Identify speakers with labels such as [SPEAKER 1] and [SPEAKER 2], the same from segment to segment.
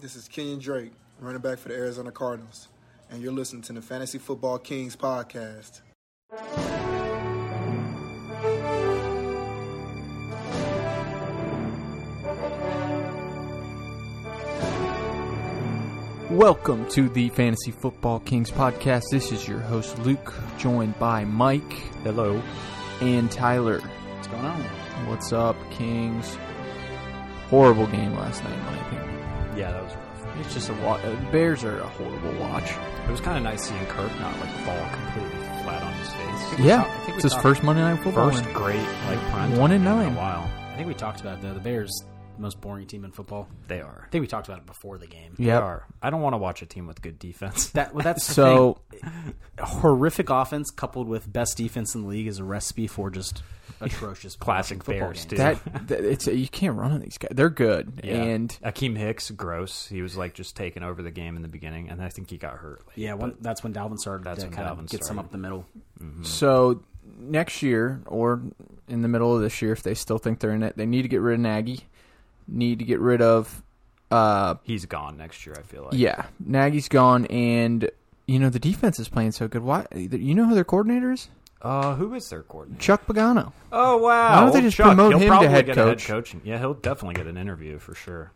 [SPEAKER 1] This is Kenyon Drake, running back for the Arizona Cardinals, and you're listening to the Fantasy Football Kings podcast.
[SPEAKER 2] Welcome to the Fantasy Football Kings podcast. This is your host Luke, joined by Mike. Hello. And Tyler.
[SPEAKER 3] What's going on?
[SPEAKER 2] What's up, Kings? Horrible game last night, in my opinion.
[SPEAKER 3] Yeah, that was rough.
[SPEAKER 2] It's just a wa- uh, the Bears are a horrible watch.
[SPEAKER 3] It was kind of nice seeing Kirk not like fall completely flat on his face.
[SPEAKER 2] Yeah,
[SPEAKER 3] I think we
[SPEAKER 2] it's his
[SPEAKER 3] talked-
[SPEAKER 2] first Monday night football.
[SPEAKER 3] first
[SPEAKER 2] win.
[SPEAKER 3] great like prime time
[SPEAKER 2] One and
[SPEAKER 3] game in
[SPEAKER 2] nine.
[SPEAKER 3] a while. I think we talked about that. The Bears, the most boring team in football.
[SPEAKER 4] They are.
[SPEAKER 3] I think we talked about it before the game.
[SPEAKER 2] Yep.
[SPEAKER 4] They are. I don't want to watch a team with good defense.
[SPEAKER 3] That well, that's the
[SPEAKER 2] So-
[SPEAKER 3] thing. horrific offense coupled with best defense in the league is a recipe for just atrocious
[SPEAKER 4] Classic
[SPEAKER 3] watching football
[SPEAKER 4] Bears,
[SPEAKER 3] games.
[SPEAKER 4] dude.
[SPEAKER 2] That, that it's you can't run on these guys. They're good,
[SPEAKER 4] Yeah.
[SPEAKER 2] and
[SPEAKER 4] Akeem Hicks, gross. He was like just taking over the game in the beginning, and I think he got hurt. late,
[SPEAKER 3] Yeah, when, that's when Dalvin started
[SPEAKER 4] That's
[SPEAKER 3] to
[SPEAKER 4] when
[SPEAKER 3] kind of
[SPEAKER 4] Dalvin
[SPEAKER 3] get some
[SPEAKER 4] started.
[SPEAKER 3] up the middle.
[SPEAKER 2] Mm-hmm.
[SPEAKER 4] mm-hmm.
[SPEAKER 2] So next year, or in the middle of this year, if they still think they're in it, they need to get rid of Nagy. Need to get rid of, uh,
[SPEAKER 4] but he's gone next year. I feel like.
[SPEAKER 2] yeah, Nagy's gone, and you know the defense is playing so good. Why? You know who their coordinator is?
[SPEAKER 4] Uh, who is their coordinator?
[SPEAKER 2] Chuck Pagano.
[SPEAKER 4] Oh wow!
[SPEAKER 2] Why don't they
[SPEAKER 4] Old
[SPEAKER 2] just
[SPEAKER 4] Chuck.
[SPEAKER 2] promote
[SPEAKER 4] He'll
[SPEAKER 2] him to
[SPEAKER 4] probably
[SPEAKER 2] head
[SPEAKER 4] get
[SPEAKER 2] coach?
[SPEAKER 4] A head coaching. Yeah, he'll definitely get an interview for sure.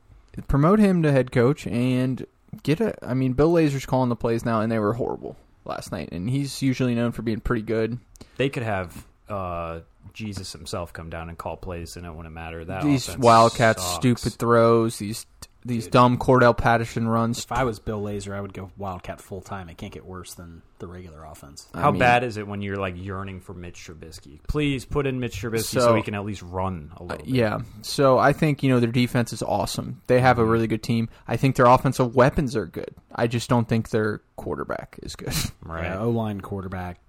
[SPEAKER 2] Promote him to head coach and get a. I mean, Bill Lazor's calling the plays now, and they were horrible last night, and he's usually known for being pretty good.
[SPEAKER 4] They could have uh, Jesus himself come down and call plays, and it wouldn't matter. That
[SPEAKER 2] these
[SPEAKER 4] offense
[SPEAKER 2] Wildcats
[SPEAKER 4] sucks.
[SPEAKER 2] stupid throws, these these dumb Cordell Patterson runs.
[SPEAKER 3] If I was Bill Lazor, I would go Wildcat full time. It can't get worse than the regular offense.
[SPEAKER 2] I
[SPEAKER 4] How
[SPEAKER 2] mean-
[SPEAKER 4] bad is it when you're like yearning for Mitch Trubisky? Please put in Mitch Trubisky so,
[SPEAKER 2] So-
[SPEAKER 4] he can at least run a little. bit.
[SPEAKER 2] Yeah. So I think, you know, their defense is awesome. They have a
[SPEAKER 4] Mm-hmm.
[SPEAKER 2] really good team. I think their offensive weapons are good. I just don't think their quarterback is good.
[SPEAKER 4] right.
[SPEAKER 3] Yeah, O line, quarterback,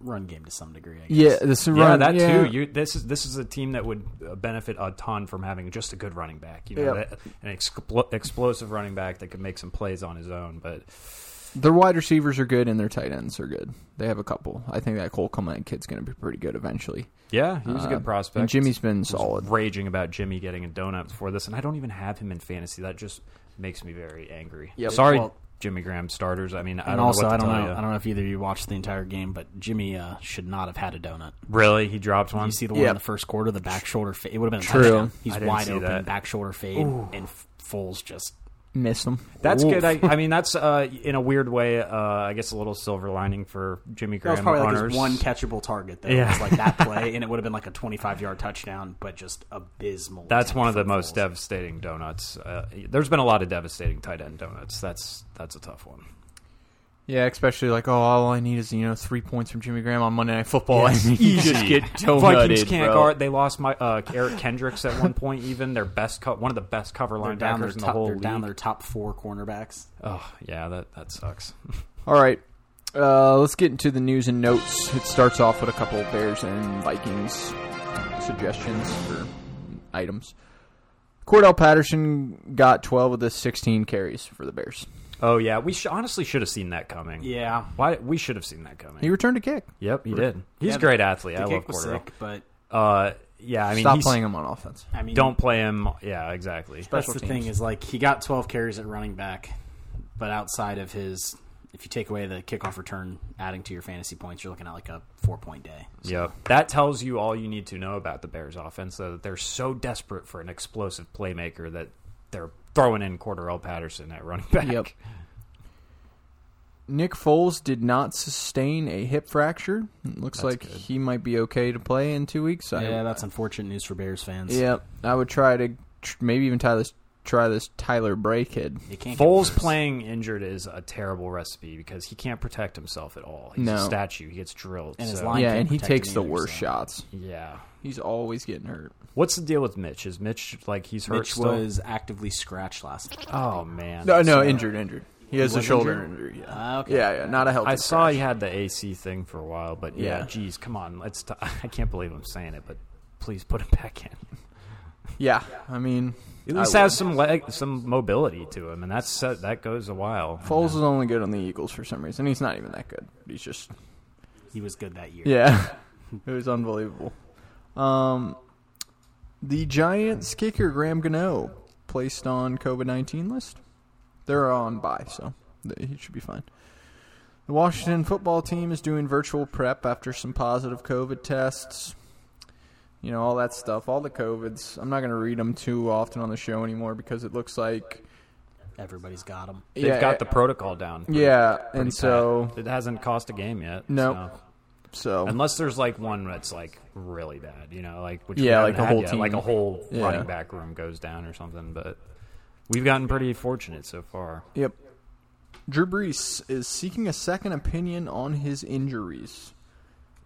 [SPEAKER 3] run game to some degree. I guess.
[SPEAKER 2] yeah, this is
[SPEAKER 4] Yeah,
[SPEAKER 2] run,
[SPEAKER 4] that
[SPEAKER 2] yeah.
[SPEAKER 4] too. You this is this is a team that would uh, benefit a ton from having just a good running back. You know,
[SPEAKER 2] Yep.
[SPEAKER 4] that, an expl- explosive running back that could make some plays on his own. But
[SPEAKER 2] Their wide receivers are good and their tight ends are good. They have a couple. I think that Cole Clement kid's going to be pretty good eventually.
[SPEAKER 4] yeah, he was a
[SPEAKER 2] Uh,
[SPEAKER 4] good prospect.
[SPEAKER 2] And Jimmy's been
[SPEAKER 4] was
[SPEAKER 2] solid.
[SPEAKER 4] Raging about Jimmy getting a donut before this, and I don't even have him in fantasy. That just makes me very angry.
[SPEAKER 2] Yep.
[SPEAKER 4] Sorry,
[SPEAKER 3] Well-
[SPEAKER 4] Jimmy Graham starters. I mean, I
[SPEAKER 3] And
[SPEAKER 4] don't
[SPEAKER 3] also,
[SPEAKER 4] know what
[SPEAKER 3] I
[SPEAKER 4] to
[SPEAKER 3] don't
[SPEAKER 4] tell
[SPEAKER 3] know.
[SPEAKER 4] you.
[SPEAKER 3] I don't know if either of you watched the entire game, but Jimmy uh, should not have had a donut.
[SPEAKER 4] Really, he dropped
[SPEAKER 3] Did
[SPEAKER 4] one.
[SPEAKER 3] you see the one
[SPEAKER 2] Yeah.
[SPEAKER 3] in the first quarter? The back shoulder fade. It would have been a
[SPEAKER 2] True.
[SPEAKER 3] touchdown. He's
[SPEAKER 4] I didn't
[SPEAKER 3] wide
[SPEAKER 4] see
[SPEAKER 3] open,
[SPEAKER 4] that.
[SPEAKER 3] back shoulder fade, and F- Foles just.
[SPEAKER 2] Missed them.
[SPEAKER 4] That's
[SPEAKER 2] Oof.
[SPEAKER 4] good. I, I mean, that's uh, in a weird way. Uh, I guess a little silver lining for Jimmy
[SPEAKER 3] That
[SPEAKER 4] Graham.
[SPEAKER 3] was probably like
[SPEAKER 4] owners.
[SPEAKER 3] his one catchable target. Though.
[SPEAKER 4] Yeah.
[SPEAKER 3] It was like that play, and it would have been like a 25 yard touchdown, but just abysmal.
[SPEAKER 4] That's
[SPEAKER 3] attack
[SPEAKER 4] one of the
[SPEAKER 3] from
[SPEAKER 4] most
[SPEAKER 3] Foles.
[SPEAKER 4] devastating donuts. Uh, there's been a lot of devastating tight end donuts. That's that's a tough one.
[SPEAKER 2] Yeah, especially like, oh, all I need is, you know, three points from Jimmy Graham on Monday Night Football. and you just get donutted,
[SPEAKER 4] Vikings can't
[SPEAKER 2] bro.
[SPEAKER 4] guard. They lost my uh, Eric Kendricks at one point. Even their best, co- one of the best cover
[SPEAKER 3] They're down their
[SPEAKER 4] linebackers in the
[SPEAKER 3] top.
[SPEAKER 4] whole
[SPEAKER 3] They're down
[SPEAKER 4] league.
[SPEAKER 3] their top four cornerbacks.
[SPEAKER 4] Oh yeah, that that sucks.
[SPEAKER 2] All right. Uh, let's get into the news and notes. It starts off with a couple of Bears and Vikings suggestions for items. Cordell Patterson got 12 of the 16 carries for the Bears.
[SPEAKER 4] Oh yeah, we sh- honestly should have seen that coming.
[SPEAKER 3] Yeah,
[SPEAKER 4] Why we should have seen that coming?
[SPEAKER 2] He returned a kick.
[SPEAKER 4] yep, he did. He's
[SPEAKER 3] Yeah,
[SPEAKER 4] a great athlete.
[SPEAKER 3] the
[SPEAKER 4] I
[SPEAKER 3] kick
[SPEAKER 4] love
[SPEAKER 3] was
[SPEAKER 4] Cordell.
[SPEAKER 3] sick, but
[SPEAKER 4] Uh, yeah, I mean,
[SPEAKER 2] Stop
[SPEAKER 4] he's-
[SPEAKER 2] playing him on offense.
[SPEAKER 3] I mean,
[SPEAKER 4] Don't play him. Yeah, exactly.
[SPEAKER 3] That's the
[SPEAKER 2] special
[SPEAKER 3] thing
[SPEAKER 2] teams.
[SPEAKER 3] is like he got 12 carries at running back, but outside of his, if you take away the kickoff return, adding to your fantasy points, you're looking at like a four point day.
[SPEAKER 4] Yep. That tells you all you need to know about the Bears offense, though, that they're so desperate for an explosive playmaker that they're throwing in Cordell Patterson at running back.
[SPEAKER 2] Yep. Nick Foles did not sustain a hip fracture. It looks like
[SPEAKER 4] good.
[SPEAKER 2] he might be okay to play in two weeks. I-
[SPEAKER 3] yeah, that's unfortunate news for Bears fans.
[SPEAKER 2] Yeah, I would try to tr- maybe even try this try this Tyler Bray kid.
[SPEAKER 3] It can't get
[SPEAKER 4] Foles
[SPEAKER 3] worse.
[SPEAKER 4] playing injured is a terrible recipe because he can't protect himself at all. He's a
[SPEAKER 2] No.
[SPEAKER 4] statue. He gets drilled.
[SPEAKER 3] And his
[SPEAKER 4] so-
[SPEAKER 3] line-
[SPEAKER 2] Yeah,
[SPEAKER 3] can't
[SPEAKER 2] and he
[SPEAKER 3] protect him
[SPEAKER 2] takes the
[SPEAKER 3] either,
[SPEAKER 2] worst
[SPEAKER 3] so.
[SPEAKER 2] shots.
[SPEAKER 4] Yeah.
[SPEAKER 2] He's always getting hurt.
[SPEAKER 4] What's the deal with Mitch? Is Mitch like he's hurt
[SPEAKER 3] Mitch
[SPEAKER 4] still?
[SPEAKER 3] was actively scratched last. Night.
[SPEAKER 4] oh man.
[SPEAKER 2] No, no,
[SPEAKER 4] So-
[SPEAKER 2] injured, injured. He has a
[SPEAKER 3] was
[SPEAKER 2] shoulder
[SPEAKER 3] injured?
[SPEAKER 2] injury. Yeah.
[SPEAKER 3] Ah, okay.
[SPEAKER 2] yeah, yeah, not a healthy.
[SPEAKER 4] I saw he had the AC thing for a while, but yeah,
[SPEAKER 2] Yeah.
[SPEAKER 4] geez, come on, let's. T- I can't believe I'm saying it, but please put him back in.
[SPEAKER 2] Yeah, I mean,
[SPEAKER 4] At least
[SPEAKER 2] I
[SPEAKER 4] has some leg, some mobility to him, and that's uh, that goes a while.
[SPEAKER 2] would. Foles is only good on the Eagles for some reason. He's not even that good. He's just
[SPEAKER 3] He was good that year.
[SPEAKER 2] yeah, it was unbelievable. Um, the Giants kicker Graham Gano placed on COVID nineteen list. They're on bye, so th- he should be fine. The Washington football team is doing virtual prep after some positive COVID tests. You know, all that stuff, all the COVIDs. I'm not going to read them too often on the show anymore because it looks like.
[SPEAKER 3] Everybody's got them.
[SPEAKER 4] They've got the protocol down. pretty-
[SPEAKER 2] Yeah,
[SPEAKER 4] pretty
[SPEAKER 2] and
[SPEAKER 4] pat.
[SPEAKER 2] so.
[SPEAKER 4] it hasn't cost a game yet.
[SPEAKER 2] No.
[SPEAKER 4] so.
[SPEAKER 2] So.
[SPEAKER 4] Unless there's like one that's like really bad, you know, like which we
[SPEAKER 2] Yeah,
[SPEAKER 4] haven't
[SPEAKER 2] like the
[SPEAKER 4] had
[SPEAKER 2] whole
[SPEAKER 4] yet,
[SPEAKER 2] team.
[SPEAKER 4] like a whole
[SPEAKER 2] Yeah.
[SPEAKER 4] running back room goes down or something. But we've gotten pretty fortunate so far.
[SPEAKER 2] Yep. Drew Brees is seeking a second opinion on his injuries.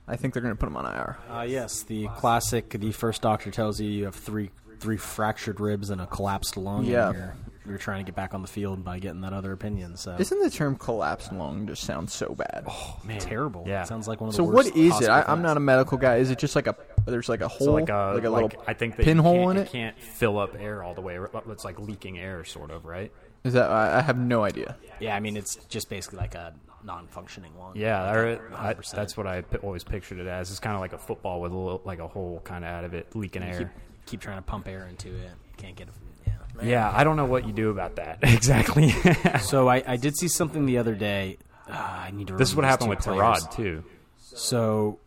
[SPEAKER 2] I think they're going to put him on IR.
[SPEAKER 3] Uh, yes, the classic. The first doctor tells you you have three three fractured ribs and a collapsed lung. and
[SPEAKER 2] Yeah.
[SPEAKER 3] you're, you're trying to get back on the field by getting that other opinion. So
[SPEAKER 2] Isn't the term collapsed lung just sound so bad?
[SPEAKER 4] Man,
[SPEAKER 3] terrible.
[SPEAKER 4] Yeah.
[SPEAKER 3] sounds like one of the
[SPEAKER 2] so
[SPEAKER 3] worst.
[SPEAKER 2] what is it?
[SPEAKER 3] hospital
[SPEAKER 2] I, I'm not a
[SPEAKER 3] things.
[SPEAKER 2] medical guy. Is it just like a there's like a hole,
[SPEAKER 4] So like a like,
[SPEAKER 2] little
[SPEAKER 4] I think that you
[SPEAKER 2] pinhole
[SPEAKER 4] can't-
[SPEAKER 2] in
[SPEAKER 4] you
[SPEAKER 2] it? Is
[SPEAKER 4] Can't fill up air all the way. It's like leaking air, sort of, right?
[SPEAKER 2] that I, I have no idea.
[SPEAKER 3] Yeah, I mean it's just basically like a non-functioning lung.
[SPEAKER 4] Yeah,
[SPEAKER 3] Like a
[SPEAKER 4] I, I,
[SPEAKER 3] 100%.
[SPEAKER 4] that's what I p- always pictured it as. It's kind of like a football with a little, like a hole kind of out of it leaking
[SPEAKER 3] keep,
[SPEAKER 4] air.
[SPEAKER 3] keep trying to pump air into it. Can't get. it. Yeah.
[SPEAKER 4] Yeah, I don't know what you do about that exactly.
[SPEAKER 3] So I, I did see something the other day. Ah, I need to.
[SPEAKER 4] this is what
[SPEAKER 3] remember
[SPEAKER 4] happened with
[SPEAKER 3] these two players.
[SPEAKER 4] Tarad too.
[SPEAKER 3] So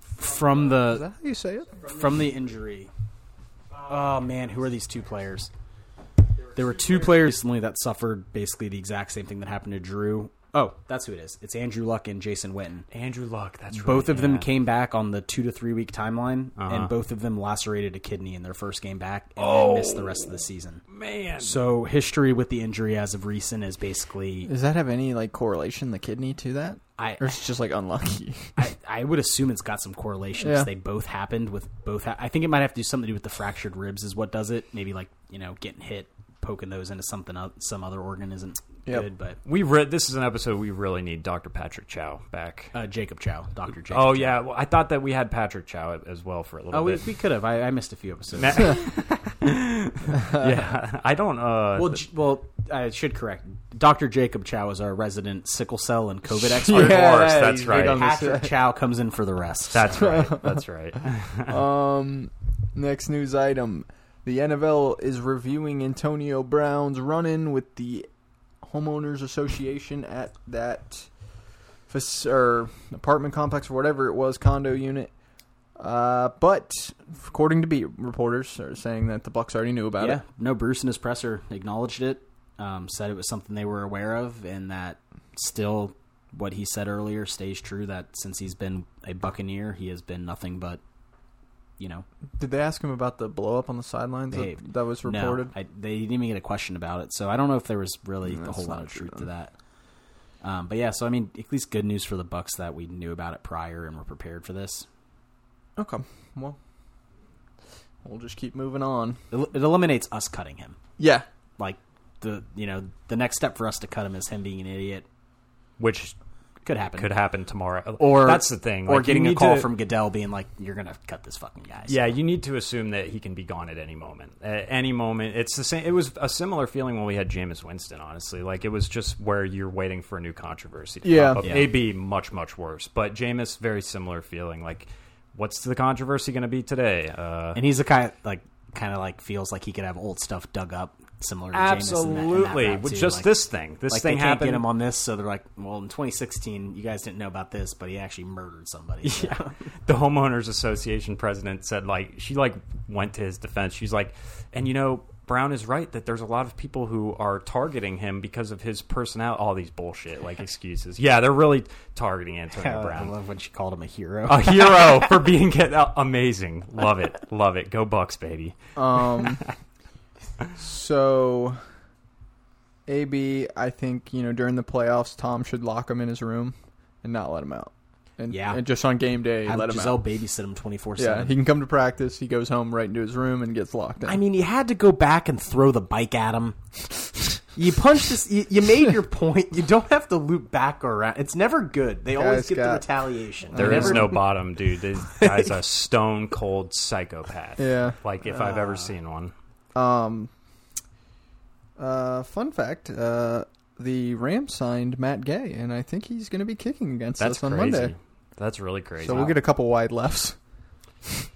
[SPEAKER 3] from the
[SPEAKER 2] Is that how you say it?
[SPEAKER 3] from the injury. Oh man, who are these two players? There were two players recently that suffered basically the exact same thing that happened to Drew. Oh, that's who it is. It's Andrew Luck and Jason Witten.
[SPEAKER 4] Andrew Luck. That's
[SPEAKER 3] Both
[SPEAKER 4] right,
[SPEAKER 3] of them
[SPEAKER 4] yeah.
[SPEAKER 3] came back on the two to three week timeline,
[SPEAKER 4] Uh-huh.
[SPEAKER 3] and both of them lacerated a kidney in their first game back and
[SPEAKER 4] Oh.
[SPEAKER 3] they missed the rest of the season.
[SPEAKER 4] Man,
[SPEAKER 3] So history with the injury as of recent is basically
[SPEAKER 2] Does that have any like correlation the kidney to that?
[SPEAKER 3] I-
[SPEAKER 2] or it's just like unlucky.
[SPEAKER 3] I, I would assume it's got some correlation
[SPEAKER 2] Yeah.
[SPEAKER 3] because they both happened with both. Ha- I think it might have to do something to do with the fractured ribs is what does it. Maybe like you know getting hit, poking those into something else, some other organ isn't
[SPEAKER 2] Yep.
[SPEAKER 3] good. But
[SPEAKER 4] We re- this is an episode we really need Dr. Patrick Chow back.
[SPEAKER 3] uh, Jacob Chow, Doctor Jacob.
[SPEAKER 4] oh
[SPEAKER 3] Chow.
[SPEAKER 4] yeah, well, I thought that we had Patrick Chow as well for a little
[SPEAKER 3] Oh, we,
[SPEAKER 4] bit.
[SPEAKER 3] we could have. I, I missed a few episodes.
[SPEAKER 4] yeah, I don't. Uh,
[SPEAKER 3] well, J- well, I should correct. Doctor Jacob Chow is our resident sickle cell and COVID expert.
[SPEAKER 4] Yeah, course, that's
[SPEAKER 2] he's big
[SPEAKER 4] right.
[SPEAKER 2] on this.
[SPEAKER 3] Patrick Chow comes in for the rest.
[SPEAKER 4] that's right. That's right.
[SPEAKER 2] Um, next news item: The NFL is reviewing Antonio Brown's run-in with the homeowners association at that fac- or apartment complex or whatever it was, condo unit. Uh, but according to beat reporters, are saying that the Bucks already knew about
[SPEAKER 3] yeah,
[SPEAKER 2] it.
[SPEAKER 3] no. Bruce and his presser acknowledged it, um, said it was something they were aware of, and that still what he said earlier stays true. That since he's been a Buccaneer, he has been nothing but, you know,
[SPEAKER 2] Did they ask him about the blow up on the sidelines that,
[SPEAKER 3] Dave,
[SPEAKER 2] that was
[SPEAKER 3] no.
[SPEAKER 2] reported? Mm,
[SPEAKER 3] I, they didn't even get a question about it, so I don't know if there was really a
[SPEAKER 2] that's
[SPEAKER 3] whole lot
[SPEAKER 2] not
[SPEAKER 3] of
[SPEAKER 2] true,
[SPEAKER 3] truth to that. Um, but yeah, so I mean, at least good news for the Bucks that we knew about it prior and were prepared for this.
[SPEAKER 2] Okay, well, we'll just keep moving on.
[SPEAKER 3] It, el- it eliminates us cutting him.
[SPEAKER 2] Yeah,
[SPEAKER 3] Like the you know the next step for us to cut him is him being an idiot.
[SPEAKER 4] Which
[SPEAKER 3] Could happen.
[SPEAKER 4] could happen tomorrow.
[SPEAKER 3] or
[SPEAKER 4] that's the thing.
[SPEAKER 3] or
[SPEAKER 4] like, you
[SPEAKER 3] getting a
[SPEAKER 4] need
[SPEAKER 3] call
[SPEAKER 4] to-
[SPEAKER 3] from Goodell being like, "You're gonna cut this fucking guy." So
[SPEAKER 4] Yeah, you need to assume that he can be gone at any moment. At any moment, it's the same. It was a similar feeling when we had Jameis Winston. Honestly, like it was just where you're waiting for a new controversy. To
[SPEAKER 2] Yeah.
[SPEAKER 4] pop up.
[SPEAKER 2] Yeah.
[SPEAKER 4] it'd be much much worse. But Jameis, very similar feeling. Like, what's the controversy going to be today? Uh,
[SPEAKER 3] and he's the kind like kind of like feels like he could have old stuff dug up, similar to
[SPEAKER 4] absolutely,
[SPEAKER 3] Jameis in that- in that route,
[SPEAKER 4] With
[SPEAKER 3] too.
[SPEAKER 4] just
[SPEAKER 3] Like-
[SPEAKER 4] this thing. This
[SPEAKER 3] Like
[SPEAKER 4] thing
[SPEAKER 3] they can't
[SPEAKER 4] happened.
[SPEAKER 3] get him on this, so they're like, "Well, in 2016, you guys didn't know about this, but he actually murdered somebody." So-
[SPEAKER 4] the homeowners association president said like she like went to his defense she's like and you know brown is right that there's a lot of people who are targeting him because of his personality all these bullshit like excuses yeah they're really targeting antonio
[SPEAKER 3] Uh, I
[SPEAKER 4] brown
[SPEAKER 3] love when she called him a hero.
[SPEAKER 4] a hero for being get- uh, amazing love it love it go bucks baby
[SPEAKER 2] Um, so, AB, I think you know during the playoffs, Tom should lock him in his room and not let him out. And,
[SPEAKER 3] Yeah.
[SPEAKER 2] and just on game day,
[SPEAKER 3] Have
[SPEAKER 2] let him
[SPEAKER 3] Giselle
[SPEAKER 2] out.
[SPEAKER 3] babysit him 24
[SPEAKER 2] Yeah, he
[SPEAKER 3] seven.
[SPEAKER 2] can come to practice. He goes home right into his room and gets locked in.
[SPEAKER 3] I mean, you had to go back and throw the bike at him. You punched this. You, you made your point. You don't have to loop back around. It's never good. They always
[SPEAKER 2] Guys
[SPEAKER 3] get the
[SPEAKER 2] got-
[SPEAKER 3] retaliation.
[SPEAKER 4] There is
[SPEAKER 3] They never-
[SPEAKER 4] no bottom dude this guy's a stone cold psychopath
[SPEAKER 2] Yeah.
[SPEAKER 4] like if i've
[SPEAKER 3] Uh,
[SPEAKER 4] ever seen one
[SPEAKER 2] Um, uh, fun fact: uh, the Rams signed Matt Gay, and I think he's going to be kicking against
[SPEAKER 4] that's
[SPEAKER 2] us on
[SPEAKER 4] crazy
[SPEAKER 2] Monday.
[SPEAKER 4] that's really crazy
[SPEAKER 2] So we'll get a couple wide lefts,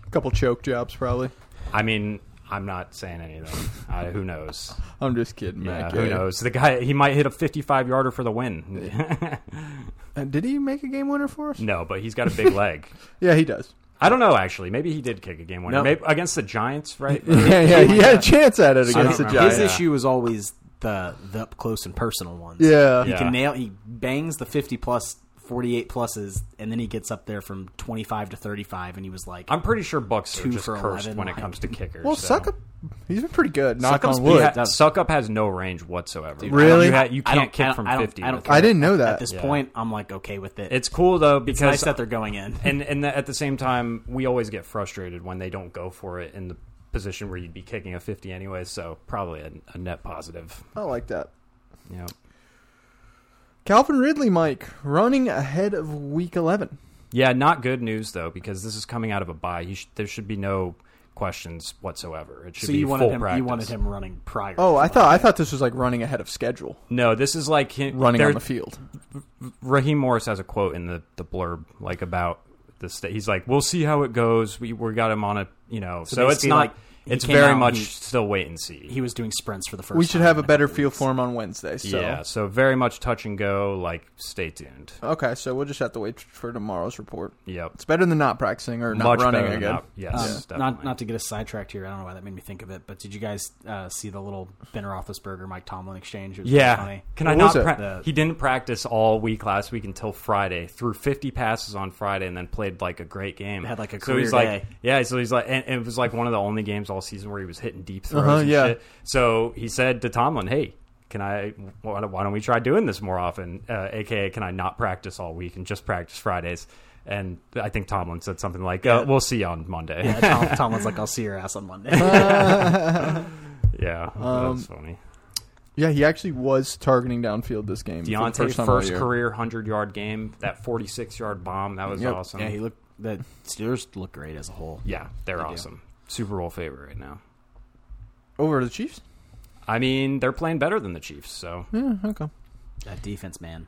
[SPEAKER 2] a couple choke jobs probably.
[SPEAKER 4] I mean, I'm not saying anything. I, who knows?
[SPEAKER 2] I'm just kidding,
[SPEAKER 4] Yeah,
[SPEAKER 2] Mac.
[SPEAKER 4] who knows? The guy he might hit a 55 yarder for the win.
[SPEAKER 2] Uh, did he make a game winner for us?
[SPEAKER 4] no, but he's got a big leg.
[SPEAKER 2] Yeah, he does.
[SPEAKER 4] I don't know. Actually, maybe he did kick a game winner
[SPEAKER 3] No.
[SPEAKER 4] Maybe, against the Giants, right?
[SPEAKER 2] yeah, yeah, he had a chance at it
[SPEAKER 4] I
[SPEAKER 2] against the
[SPEAKER 4] don't remember.
[SPEAKER 2] Giants.
[SPEAKER 3] His issue is always the the up close and personal ones.
[SPEAKER 2] Yeah.
[SPEAKER 3] he
[SPEAKER 4] Yeah.
[SPEAKER 3] can nail. He bangs the fifty plus, forty eight pluses, and then he gets up there from twenty five to thirty five, and he was like,
[SPEAKER 4] I'm pretty sure Bucks are
[SPEAKER 3] Two
[SPEAKER 4] just
[SPEAKER 3] for
[SPEAKER 4] cursed
[SPEAKER 3] 11,
[SPEAKER 4] when it
[SPEAKER 3] like-
[SPEAKER 4] comes to kickers.
[SPEAKER 2] Well,
[SPEAKER 4] so.
[SPEAKER 2] Suckup, he's been pretty good. Knock
[SPEAKER 4] Suckup's
[SPEAKER 2] on
[SPEAKER 4] he
[SPEAKER 2] wood.
[SPEAKER 4] ha- Suckup has no range whatsoever.
[SPEAKER 2] I don't- Really?
[SPEAKER 4] You, ha- you
[SPEAKER 3] I don't-
[SPEAKER 4] can't kick
[SPEAKER 3] I don't-
[SPEAKER 4] from
[SPEAKER 3] I don't-
[SPEAKER 4] 50.
[SPEAKER 3] I don't
[SPEAKER 4] with
[SPEAKER 3] care.
[SPEAKER 4] it.
[SPEAKER 2] I didn't know that.
[SPEAKER 3] at this
[SPEAKER 4] Yeah.
[SPEAKER 3] point, I'm like okay with it.
[SPEAKER 4] It's cool though
[SPEAKER 3] it's
[SPEAKER 4] because
[SPEAKER 3] nice that they're going in.
[SPEAKER 4] and and at the same time, we always get frustrated when they don't go for it in the position where you'd be kicking a 50 anyway. So probably a, a net positive.
[SPEAKER 2] I like that.
[SPEAKER 4] You know.
[SPEAKER 2] Calvin Ridley, Mike, running ahead of Week 11.
[SPEAKER 4] Yeah, not good news though because this is coming out of a bye. You sh- there should be no questions whatsoever. It should
[SPEAKER 3] so
[SPEAKER 4] be
[SPEAKER 3] you
[SPEAKER 4] full
[SPEAKER 3] wanted him.
[SPEAKER 4] practice.
[SPEAKER 3] You wanted him running prior.
[SPEAKER 2] Oh, I thought I thought this was like running ahead of schedule,
[SPEAKER 4] No, this is like him,
[SPEAKER 2] running
[SPEAKER 4] there-
[SPEAKER 2] on the field.
[SPEAKER 4] Raheem Morris has a quote in the, the blurb like about the state. He's like, "We'll see how it goes. We we got him on a you know." So, it's
[SPEAKER 3] basically,
[SPEAKER 4] not.
[SPEAKER 3] like, he
[SPEAKER 4] it's
[SPEAKER 3] came
[SPEAKER 4] very
[SPEAKER 3] out and
[SPEAKER 4] much
[SPEAKER 3] he-
[SPEAKER 4] still wait and see.
[SPEAKER 3] he was doing sprints for the first.
[SPEAKER 2] We should
[SPEAKER 3] time
[SPEAKER 2] have a
[SPEAKER 3] in
[SPEAKER 2] better
[SPEAKER 3] couple
[SPEAKER 2] feel
[SPEAKER 3] weeks.
[SPEAKER 2] for him on Wednesday. So.
[SPEAKER 4] Yeah, so very much touch and go. Like, stay tuned.
[SPEAKER 2] Okay, so we'll just have to wait for tomorrow's report.
[SPEAKER 4] Yep.
[SPEAKER 2] It's better than not practicing or not
[SPEAKER 4] much
[SPEAKER 2] running
[SPEAKER 4] better than
[SPEAKER 2] again.
[SPEAKER 4] not- yes,
[SPEAKER 3] Um,
[SPEAKER 4] definitely.
[SPEAKER 3] not not to get us sidetracked here. I don't know why that made me think of it, but did you guys uh, see the little Ben Roethlisberger Mike Tomlin exchange? It was
[SPEAKER 4] yeah.
[SPEAKER 3] pretty funny.
[SPEAKER 4] Can I
[SPEAKER 2] What
[SPEAKER 4] not?
[SPEAKER 2] was it?
[SPEAKER 4] Pra-
[SPEAKER 3] The-
[SPEAKER 4] he didn't practice all week last week until Friday. Threw fifty passes on Friday and then played like a great game.
[SPEAKER 3] Had, like, a
[SPEAKER 4] so he's
[SPEAKER 3] career
[SPEAKER 4] like,
[SPEAKER 3] day.
[SPEAKER 4] yeah. So he's like, and, and it was like one of the only games all season where he was hitting deep throws.
[SPEAKER 2] Uh-huh,
[SPEAKER 4] and
[SPEAKER 2] yeah.
[SPEAKER 4] shit. So he said to Tomlin, "Hey, can I? Why don't why don't we try doing this more often? Uh, AKA, can I not practice all week and just practice Fridays?" And I think Tomlin said something like, uh, "We'll see you on Monday."
[SPEAKER 3] Yeah, Tom, Tomlin's like, I'll see your ass on Monday.
[SPEAKER 2] Um,
[SPEAKER 4] yeah, that's funny.
[SPEAKER 2] Yeah, he actually was targeting downfield this game. for the
[SPEAKER 4] Deontay's
[SPEAKER 2] first,
[SPEAKER 4] first,
[SPEAKER 2] time all year.
[SPEAKER 4] career hundred yard game, that forty six yard bomb, that was
[SPEAKER 2] Yep.
[SPEAKER 4] awesome.
[SPEAKER 3] yeah, he looked. The Steelers look great as a whole.
[SPEAKER 4] Yeah, they're
[SPEAKER 3] They do.
[SPEAKER 4] awesome. Super Bowl favorite right now.
[SPEAKER 2] over the Chiefs.
[SPEAKER 4] I mean, they're playing better than the Chiefs, so
[SPEAKER 2] Yeah, okay,
[SPEAKER 3] That defense, man.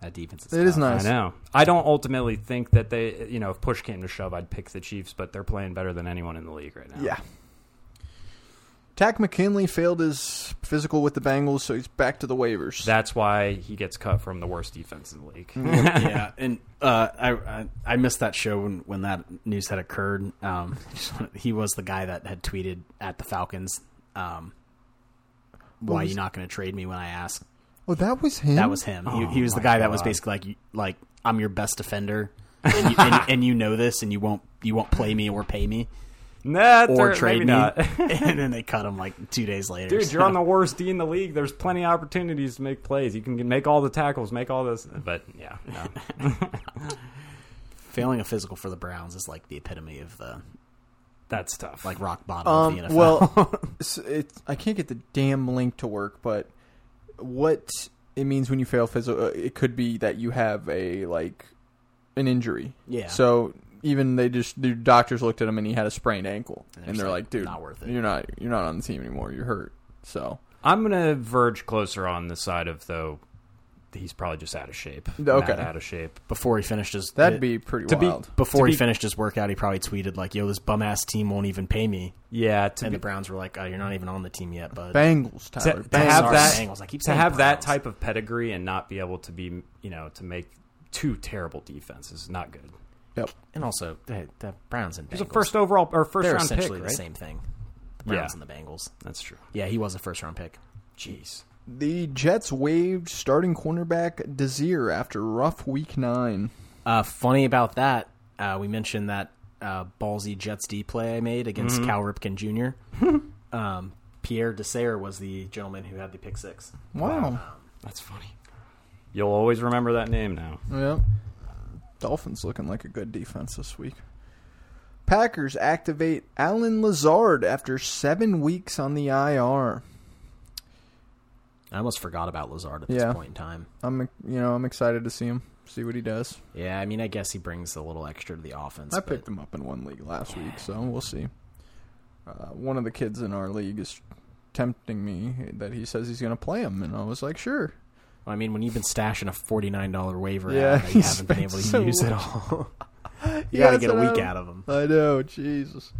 [SPEAKER 3] That defense is.
[SPEAKER 2] It is
[SPEAKER 3] tough.
[SPEAKER 2] nice.
[SPEAKER 4] I know. I don't ultimately think that they, you know, if push came to shove, I'd pick the Chiefs, but they're playing better than anyone in the league right now.
[SPEAKER 2] Yeah. Tack McKinley failed his physical with the Bengals, so he's back to the waivers.
[SPEAKER 4] That's why he gets cut from the worst defense in the league.
[SPEAKER 3] yeah, and uh, I, I I missed that show when, when that news had occurred. Um, he was the guy that had tweeted at the Falcons. Um, why are
[SPEAKER 2] was-
[SPEAKER 3] you not going to trade me when I ask?
[SPEAKER 2] oh, that was him.
[SPEAKER 3] That was him. he, he was the
[SPEAKER 4] my
[SPEAKER 3] guy that was
[SPEAKER 4] God.
[SPEAKER 3] basically like, you- like I'm your best defender, and you, and, and you know this, and you won't you won't play me or pay me
[SPEAKER 4] nah,
[SPEAKER 3] or
[SPEAKER 4] they're- maybe
[SPEAKER 3] trade me.
[SPEAKER 4] not.
[SPEAKER 3] and then they cut him like two days later.
[SPEAKER 4] Dude, you're on the worst D in the league. There's plenty of opportunities to make plays. You can make all the tackles, make all this. But yeah, no.
[SPEAKER 3] failing a physical for the Browns is like the epitome of the
[SPEAKER 4] that's tough.
[SPEAKER 3] like rock bottom of the
[SPEAKER 2] Um,
[SPEAKER 3] NFL.
[SPEAKER 2] well, it's, it, I can't get the damn link to work, but what it means when you fail physical, it could be that you have a like an injury.
[SPEAKER 3] Yeah.
[SPEAKER 2] So even they just the doctors looked at him and he had a sprained ankle, and,
[SPEAKER 3] And they're just
[SPEAKER 2] they're
[SPEAKER 3] like,
[SPEAKER 2] like, "Dude,
[SPEAKER 3] not worth it."
[SPEAKER 2] You're not you're not on the team anymore. You're hurt." So
[SPEAKER 4] I'm gonna verge closer on the side of though. He's probably just out of shape.
[SPEAKER 2] Okay.
[SPEAKER 4] Matt out of shape.
[SPEAKER 3] before he finished his
[SPEAKER 2] that'd be pretty
[SPEAKER 4] to be-
[SPEAKER 2] wild.
[SPEAKER 3] before
[SPEAKER 4] to
[SPEAKER 3] he
[SPEAKER 4] be-
[SPEAKER 3] finished his workout, he probably tweeted like, "Yo, this bum ass team won't even pay me."
[SPEAKER 4] Yeah, to
[SPEAKER 3] and
[SPEAKER 4] be,
[SPEAKER 3] the Browns were like, "Oh, you're not even on the team yet, bud."
[SPEAKER 2] Bengals,
[SPEAKER 4] to,
[SPEAKER 2] Tyler.
[SPEAKER 4] to
[SPEAKER 2] Bengals.
[SPEAKER 4] have
[SPEAKER 3] Sorry,
[SPEAKER 4] that
[SPEAKER 3] Bengals. I keep
[SPEAKER 4] to
[SPEAKER 3] saying
[SPEAKER 4] have that
[SPEAKER 3] Browns.
[SPEAKER 4] type of pedigree and not be able to be you know to make two terrible defenses is not good.
[SPEAKER 2] Yep.
[SPEAKER 3] And also, the, the Browns and
[SPEAKER 4] He's a
[SPEAKER 3] Bengals,
[SPEAKER 4] first overall or first
[SPEAKER 3] they're
[SPEAKER 4] round pick,
[SPEAKER 3] essentially
[SPEAKER 4] right?
[SPEAKER 3] the same thing. The Browns
[SPEAKER 4] Yeah.
[SPEAKER 3] and the Bengals.
[SPEAKER 4] That's true.
[SPEAKER 3] Yeah, he was a first round pick.
[SPEAKER 4] Jeez.
[SPEAKER 2] The Jets waived starting cornerback Desir after rough week nine.
[SPEAKER 3] Uh, funny about that, uh, we mentioned that uh, ballsy Jets D play I made against
[SPEAKER 2] Mm-hmm.
[SPEAKER 3] Cal Ripken Jr. um, Pierre Desayer was the gentleman who had the pick six.
[SPEAKER 2] Wow.
[SPEAKER 4] That's funny. You'll always remember that name now.
[SPEAKER 2] Yep. Dolphins looking like a good defense this week. Packers activate Alan Lazard after seven weeks on the IR.
[SPEAKER 3] I almost forgot about Lazard at this
[SPEAKER 2] Yeah.
[SPEAKER 3] point in time.
[SPEAKER 2] I'm you know I'm excited to see him, see what he does.
[SPEAKER 3] Yeah, I mean, I guess he brings a little extra to the offense.
[SPEAKER 2] I
[SPEAKER 3] but-
[SPEAKER 2] picked him up in one league last week, so we'll see. Uh, one of the kids in our league is tempting me that he says he's going to play him, and I was like, sure.
[SPEAKER 3] Well, I mean, when you've been stashing a forty nine dollar waiver
[SPEAKER 2] Yeah,
[SPEAKER 3] ad that you
[SPEAKER 2] he
[SPEAKER 3] haven't been able to
[SPEAKER 2] spent so
[SPEAKER 3] use at all, you
[SPEAKER 2] Yeah,
[SPEAKER 3] got to get a
[SPEAKER 2] that's
[SPEAKER 3] week
[SPEAKER 2] what I-
[SPEAKER 3] out of them.
[SPEAKER 2] I know, Jesus.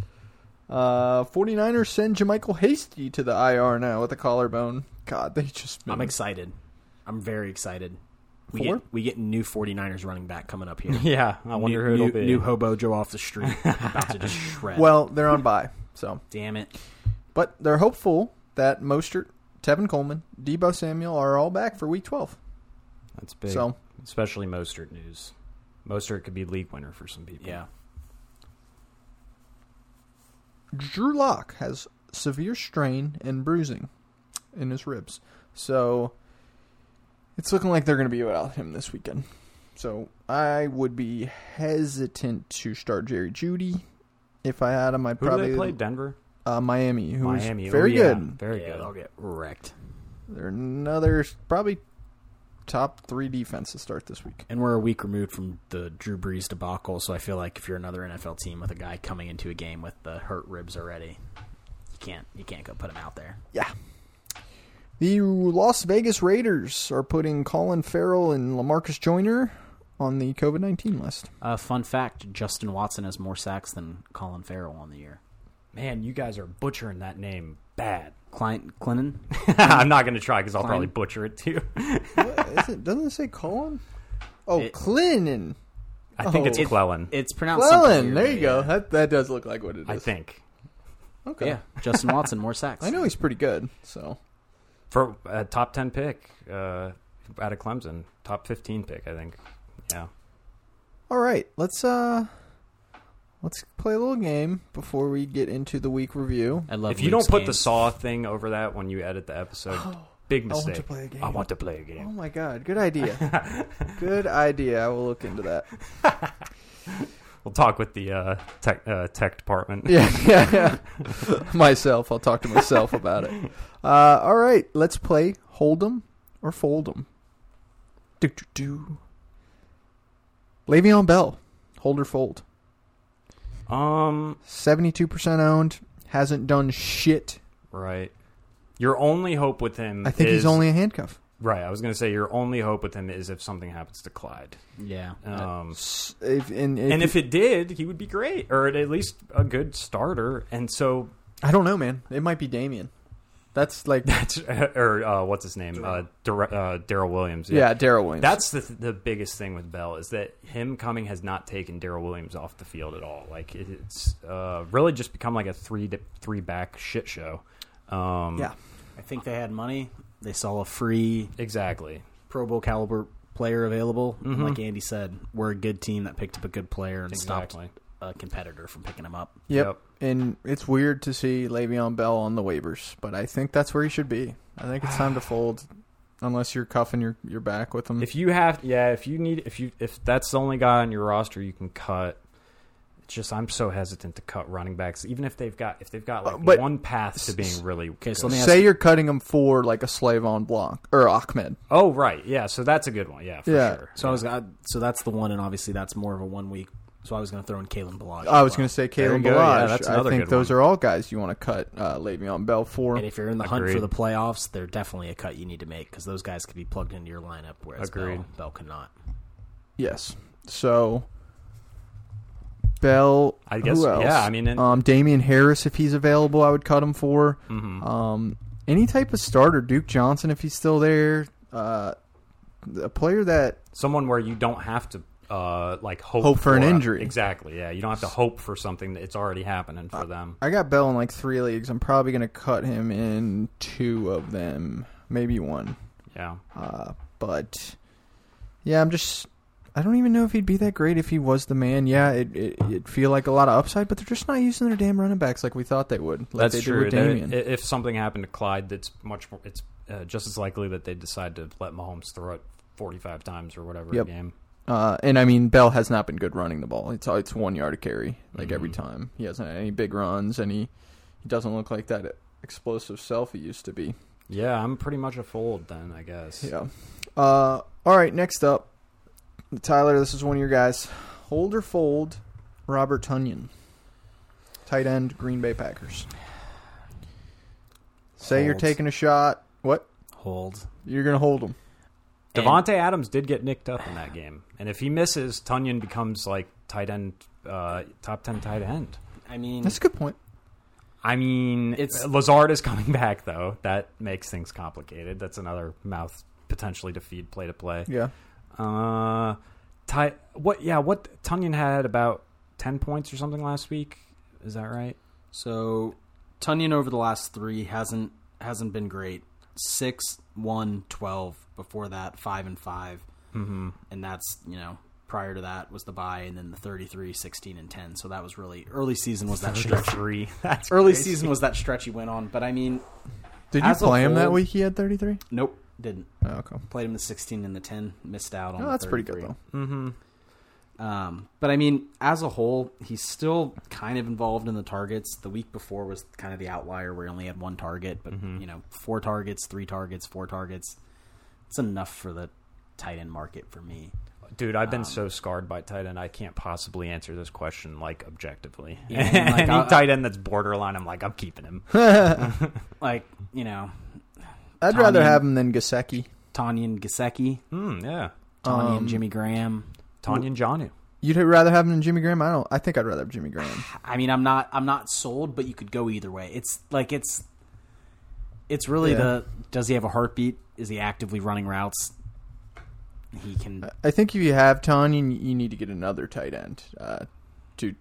[SPEAKER 2] Uh, 49ers send Jamichael Hasty to the IR now with a collarbone. God, they just.
[SPEAKER 3] I'm excited. I'm very excited. We
[SPEAKER 2] Four?
[SPEAKER 3] get we get new 49ers running back coming up here.
[SPEAKER 4] Yeah, I wonder
[SPEAKER 3] new,
[SPEAKER 4] who it'll
[SPEAKER 3] new-
[SPEAKER 4] be.
[SPEAKER 3] New hobo Joe off the street about to just shred.
[SPEAKER 2] well, they're on bye, so.
[SPEAKER 3] damn it.
[SPEAKER 2] But they're hopeful that Mostert, Tevin Coleman, Debo Samuel are all back for Week 12.
[SPEAKER 4] That's big.
[SPEAKER 2] So
[SPEAKER 4] especially Mostert news. Mostert could be league winner for some people.
[SPEAKER 3] Yeah.
[SPEAKER 2] Drew Lock has severe strain and bruising in his ribs. So it's looking like they're going to be without him this weekend. So I would be hesitant to start Jerry Judy. If I had him, I'd
[SPEAKER 4] Who
[SPEAKER 2] probably
[SPEAKER 4] do they play? Denver,
[SPEAKER 2] Uh, Miami, who's
[SPEAKER 4] Miami. Oh,
[SPEAKER 2] very
[SPEAKER 4] yeah,
[SPEAKER 2] good.
[SPEAKER 4] Very
[SPEAKER 3] yeah,
[SPEAKER 4] good.
[SPEAKER 3] I'll get wrecked.
[SPEAKER 2] They're another probably top three defense to start this week.
[SPEAKER 3] And we're a week removed from the Drew Brees debacle, so I feel like if you're another NFL team with a guy coming into a game with the hurt ribs already, you can't you can't go put him out there.
[SPEAKER 2] Yeah. The Las Vegas Raiders are putting Colin Farrell and Lamarcus Joyner on the COVID 19 list.
[SPEAKER 3] Uh, fun fact: Justin Watson has more sacks than Colin Farrell on the year.
[SPEAKER 4] Man, you guys are butchering that name bad.
[SPEAKER 3] Client Clinton,
[SPEAKER 4] I'm not going to try because I'll probably
[SPEAKER 3] Fine.
[SPEAKER 4] butcher it too.
[SPEAKER 2] What is it? Doesn't it say Colin? Oh,
[SPEAKER 3] It-
[SPEAKER 2] Clinton.
[SPEAKER 4] I think it's
[SPEAKER 2] Oh.
[SPEAKER 4] Clellan.
[SPEAKER 3] it's pronounced something
[SPEAKER 2] Clinton.
[SPEAKER 3] weird,
[SPEAKER 2] There you
[SPEAKER 3] but
[SPEAKER 2] go.
[SPEAKER 3] yeah.
[SPEAKER 2] That that does look like what it is.
[SPEAKER 4] I think
[SPEAKER 2] Okay.
[SPEAKER 3] Yeah, Justin Watson more sacks.
[SPEAKER 2] I know he's pretty good. So
[SPEAKER 4] for a top ten pick uh, out of Clemson, top fifteen pick. I think. Yeah.
[SPEAKER 2] all right, let's uh, let's play a little game before we get into the week review.
[SPEAKER 3] I love.
[SPEAKER 4] if you
[SPEAKER 3] Luke's
[SPEAKER 4] don't put the
[SPEAKER 3] games.
[SPEAKER 4] saw thing over that when you edit the episode, big
[SPEAKER 2] Oh, I want
[SPEAKER 4] mistake.
[SPEAKER 2] to play a game.
[SPEAKER 4] I want to play a game.
[SPEAKER 2] Oh my god, good idea. good idea. I will look into that.
[SPEAKER 4] We'll talk with the uh, tech uh, tech department.
[SPEAKER 2] Yeah, yeah, yeah. myself. I'll talk to myself about it. Uh, all right, let's play Hold'em or Fold'em. Do do do. Le'Veon Bell, hold or fold.
[SPEAKER 4] Um.
[SPEAKER 2] Seventy-two percent owned. Hasn't done shit.
[SPEAKER 4] Right. Your only hope with him.
[SPEAKER 2] I think
[SPEAKER 4] is,
[SPEAKER 2] he's only a handcuff.
[SPEAKER 4] right. I was going to say your only hope with him is if something happens to Clyde.
[SPEAKER 3] yeah.
[SPEAKER 4] Um,
[SPEAKER 2] S- If, and if,
[SPEAKER 4] and if it did, he would be great, or at least a good starter. And so
[SPEAKER 2] I don't know, man, it might be Damien. That's like yeah,
[SPEAKER 4] that's or uh, what's his name, uh, Dar- uh, Daryl Williams.
[SPEAKER 2] Daryl Williams.
[SPEAKER 4] That's the the biggest thing with Bell is that him coming has not taken Daryl Williams off the field at all. Like it- it's uh, really just become like a three three back shit show. Um,
[SPEAKER 2] yeah.
[SPEAKER 3] I think they had money. They saw a free
[SPEAKER 4] exactly.
[SPEAKER 3] Pro Bowl caliber player available. And
[SPEAKER 4] Mhm.
[SPEAKER 3] like Andy said, we're a good team that picked up a good player and
[SPEAKER 4] Exactly.
[SPEAKER 3] stopped a competitor from picking him up.
[SPEAKER 2] Yep.
[SPEAKER 4] Yep.
[SPEAKER 2] And it's weird to see Le'Veon Bell on the waivers, but I think that's where he should be. I think it's time to fold, unless you're cuffing your, your back with him.
[SPEAKER 4] If you have, yeah, if you need, if you if that's the only guy on your roster you can cut. It's just I'm so hesitant to cut running backs, even if they've got if they've got like
[SPEAKER 2] Uh, but-
[SPEAKER 4] one path to being really
[SPEAKER 3] Okay, so
[SPEAKER 4] good.
[SPEAKER 3] let me ask
[SPEAKER 2] Say you're cutting him for like a slave on block or Ahmed.
[SPEAKER 4] Oh right, yeah. So that's a good one, yeah, for
[SPEAKER 2] Yeah.
[SPEAKER 4] sure.
[SPEAKER 3] So I was I, so that's the one, and obviously that's more of a one week. So I was going to throw in Kalen Balaj.
[SPEAKER 2] I was going to say
[SPEAKER 4] There you
[SPEAKER 2] Caleb
[SPEAKER 4] go.
[SPEAKER 2] Balaj.
[SPEAKER 4] Yeah, that's
[SPEAKER 2] I
[SPEAKER 4] another
[SPEAKER 2] think
[SPEAKER 4] good
[SPEAKER 2] those
[SPEAKER 4] one.
[SPEAKER 2] are all guys you want to cut uh, Le'Veon Bell for.
[SPEAKER 3] And if you're in the hunt
[SPEAKER 4] Agreed.
[SPEAKER 3] for the playoffs, they're definitely a cut you need to make because those guys could be plugged into your lineup, whereas Bell,
[SPEAKER 4] Agreed.
[SPEAKER 3] Bell could not.
[SPEAKER 2] Yes. So Bell.
[SPEAKER 4] I guess-
[SPEAKER 2] Who else?
[SPEAKER 4] yeah, I mean, and-
[SPEAKER 2] um, Damian Harris, if he's available, I would cut him for.
[SPEAKER 4] Uh,
[SPEAKER 2] Um, any type of starter, Duke Johnson, if he's still there. Uh, a player that
[SPEAKER 4] Someone where you don't have to uh like hope,
[SPEAKER 2] Hope for an
[SPEAKER 4] a-
[SPEAKER 2] injury.
[SPEAKER 4] Exactly. Yeah, you don't have to hope for something that it's already happening
[SPEAKER 2] Uh,
[SPEAKER 4] for them.
[SPEAKER 2] I got Bell in like three leagues. I'm probably going to cut him in two of them, maybe one.
[SPEAKER 4] Yeah.
[SPEAKER 2] Uh, but yeah, I'm just. I don't even know if he'd be that great if he was the man. Yeah, it, it, it'd feel like a lot of upside, but they're just not using their damn running backs like we thought they would. Like they
[SPEAKER 4] That's
[SPEAKER 2] did
[SPEAKER 4] true. uh,
[SPEAKER 2] with
[SPEAKER 4] They-
[SPEAKER 2] Damien.
[SPEAKER 4] i- if something happened to Clyde, that's much more. It's uh, just as likely that they decide to let Mahomes throw it 45 times or whatever
[SPEAKER 2] Yep.
[SPEAKER 4] a game.
[SPEAKER 2] Uh, and I mean, Bell has not been good running the ball. It's it's one yard a carry like every
[SPEAKER 3] Mm-hmm.
[SPEAKER 2] time. He hasn't had any big runs, and he, he doesn't look like that explosive self he used to be.
[SPEAKER 4] Yeah, I'm pretty much a fold then, I guess.
[SPEAKER 2] Yeah. Uh, all right. Next up, Tyler. This is one of your guys. Hold or fold, Robert Tunyon, tight end, Green Bay Packers. Say you're
[SPEAKER 3] Hold.
[SPEAKER 2] taking a shot. What?
[SPEAKER 3] Hold.
[SPEAKER 2] You're gonna hold him.
[SPEAKER 4] Devonte Adams did get nicked up in that game, and if he misses, Tunyon becomes like tight end, uh, top ten tight end.
[SPEAKER 3] I mean,
[SPEAKER 2] That's a good point.
[SPEAKER 4] I mean,
[SPEAKER 3] It's-
[SPEAKER 4] Lazard is coming back though. That makes things complicated. That's another mouth potentially to feed, play to play.
[SPEAKER 2] Yeah.
[SPEAKER 4] Uh, Ty, what? Yeah, what? Tunyon had about ten points or something last week. Is that right?
[SPEAKER 3] So Tunyon over the last three hasn't hasn't been great. Six, one, twelve. Before that, five and five,
[SPEAKER 4] Mm-hmm.
[SPEAKER 3] and that's you know prior to that was the bye, and then the 33, 16, and ten. So that was really early season was that stretch.
[SPEAKER 4] three. That's
[SPEAKER 3] Early
[SPEAKER 4] crazy.
[SPEAKER 3] season was that stretch he went on, but I mean,
[SPEAKER 2] Did you
[SPEAKER 3] As a
[SPEAKER 2] play him that
[SPEAKER 3] whole-
[SPEAKER 2] week? He had 33.
[SPEAKER 3] nope, didn't
[SPEAKER 2] Oh, okay.
[SPEAKER 3] played him the sixteen and the ten, missed out on.
[SPEAKER 2] No,
[SPEAKER 3] the
[SPEAKER 2] that's pretty good
[SPEAKER 3] 33.
[SPEAKER 2] though.
[SPEAKER 4] Mm-hmm.
[SPEAKER 3] Um, but I mean, as a whole, he's still kind of involved in the targets. The week before was kind of the outlier where he only had one target, but
[SPEAKER 2] Mm-hmm.
[SPEAKER 3] you know, four targets, three targets, four targets. It's enough for the tight end market for me.
[SPEAKER 4] Dude, I've been
[SPEAKER 3] Um,
[SPEAKER 4] so scarred by tight end. I can't possibly answer this question like objectively.
[SPEAKER 3] Yeah, I mean, like,
[SPEAKER 4] Any
[SPEAKER 3] I-
[SPEAKER 4] tight end that's borderline, I'm like, I'm keeping him.
[SPEAKER 3] Like you know,
[SPEAKER 2] I'd rather
[SPEAKER 3] Tanyan-
[SPEAKER 2] have him than Gasecki.
[SPEAKER 3] Tanya and Gasecki,
[SPEAKER 4] Hmm. yeah,
[SPEAKER 3] Tanya
[SPEAKER 2] Um,
[SPEAKER 3] and Jimmy Graham.
[SPEAKER 4] Tanya and Janu.
[SPEAKER 2] You'd rather have him than Jimmy Graham? I don't. I think I'd rather have Jimmy Graham.
[SPEAKER 3] I mean, I'm not, I'm not sold, but you could go either way. It's like it's, it's really
[SPEAKER 2] Yeah.
[SPEAKER 3] the does he have a heartbeat? Is he actively running routes? He can.
[SPEAKER 2] I think if you have Tanyan, you need to get another tight end uh, to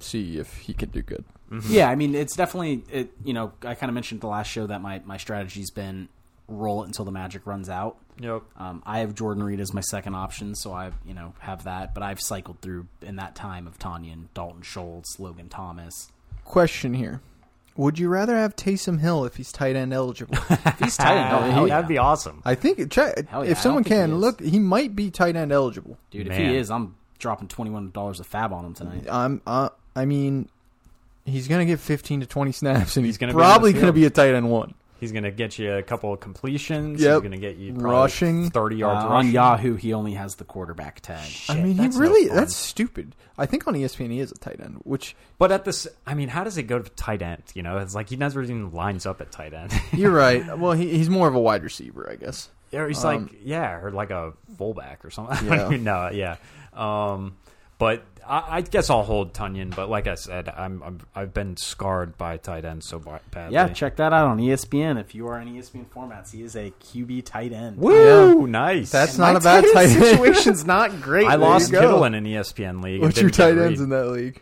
[SPEAKER 2] see if he can do good.
[SPEAKER 3] Yeah, I mean, it's definitely it. You know, I kind of mentioned the last show that my my strategy's been roll it until the magic runs out.
[SPEAKER 4] Yep.
[SPEAKER 3] Um, I have Jordan Reed as my second option, so I you know have that. But I've cycled through in that time of Tanyan, Dalton Schultz, Logan Thomas.
[SPEAKER 2] Question here: Would you rather have Taysom Hill if he's tight end eligible?
[SPEAKER 3] If he's tight end,
[SPEAKER 4] Ah,
[SPEAKER 3] oh,
[SPEAKER 4] hell,
[SPEAKER 3] hell yeah.
[SPEAKER 4] That'd be awesome.
[SPEAKER 2] I think check,
[SPEAKER 3] Hell yeah, I
[SPEAKER 2] if someone
[SPEAKER 3] don't think
[SPEAKER 2] can
[SPEAKER 3] he is.
[SPEAKER 2] look, he might be tight end eligible.
[SPEAKER 3] dude. If
[SPEAKER 4] Man.
[SPEAKER 3] he is, I'm dropping twenty one dollars a fab on him tonight.
[SPEAKER 2] I'm. Uh, I mean, he's gonna get 15 to 20 snaps, and
[SPEAKER 4] He's
[SPEAKER 2] he's,
[SPEAKER 4] gonna be on the
[SPEAKER 2] probably gonna
[SPEAKER 4] field.
[SPEAKER 2] be a tight end one.
[SPEAKER 4] He's gonna get you a couple of completions.
[SPEAKER 2] Yep.
[SPEAKER 4] He's gonna get you probably
[SPEAKER 2] Rushing.
[SPEAKER 4] thirty
[SPEAKER 3] Uh,
[SPEAKER 4] yards
[SPEAKER 3] on
[SPEAKER 4] rushing.
[SPEAKER 3] Yahoo, he only has the quarterback tag.
[SPEAKER 2] I mean, he
[SPEAKER 4] that's no
[SPEAKER 2] really.
[SPEAKER 4] fun.
[SPEAKER 2] that's stupid. I think on E ESPN he is a tight end, which
[SPEAKER 4] But at this, I mean, how does it go to tight end? You know, it's like he never even lines up at tight end.
[SPEAKER 2] you're right. Well, he, he's more of a wide receiver, I guess.
[SPEAKER 4] or he's
[SPEAKER 2] Um,
[SPEAKER 4] like, yeah, or like a fullback or something. I
[SPEAKER 2] Yeah.
[SPEAKER 4] don't even know. Yeah. Um, but I, I guess I'll hold Tunyon. But like I said, I'm, I'm I've been scarred by tight end so ba- badly.
[SPEAKER 3] Yeah, check that out on E ESPN. If you are in E ESPN formats, he is a QB tight end.
[SPEAKER 4] Woo, nice.
[SPEAKER 2] That's
[SPEAKER 3] My
[SPEAKER 2] not a bad tight
[SPEAKER 3] end
[SPEAKER 2] end.
[SPEAKER 3] situation's not great.
[SPEAKER 4] I
[SPEAKER 2] There
[SPEAKER 4] lost
[SPEAKER 2] you go.
[SPEAKER 4] Kittle in an E ESPN league. and
[SPEAKER 2] What's your
[SPEAKER 4] didn't
[SPEAKER 2] tight
[SPEAKER 4] get
[SPEAKER 2] ends
[SPEAKER 4] Reed.
[SPEAKER 2] in that league?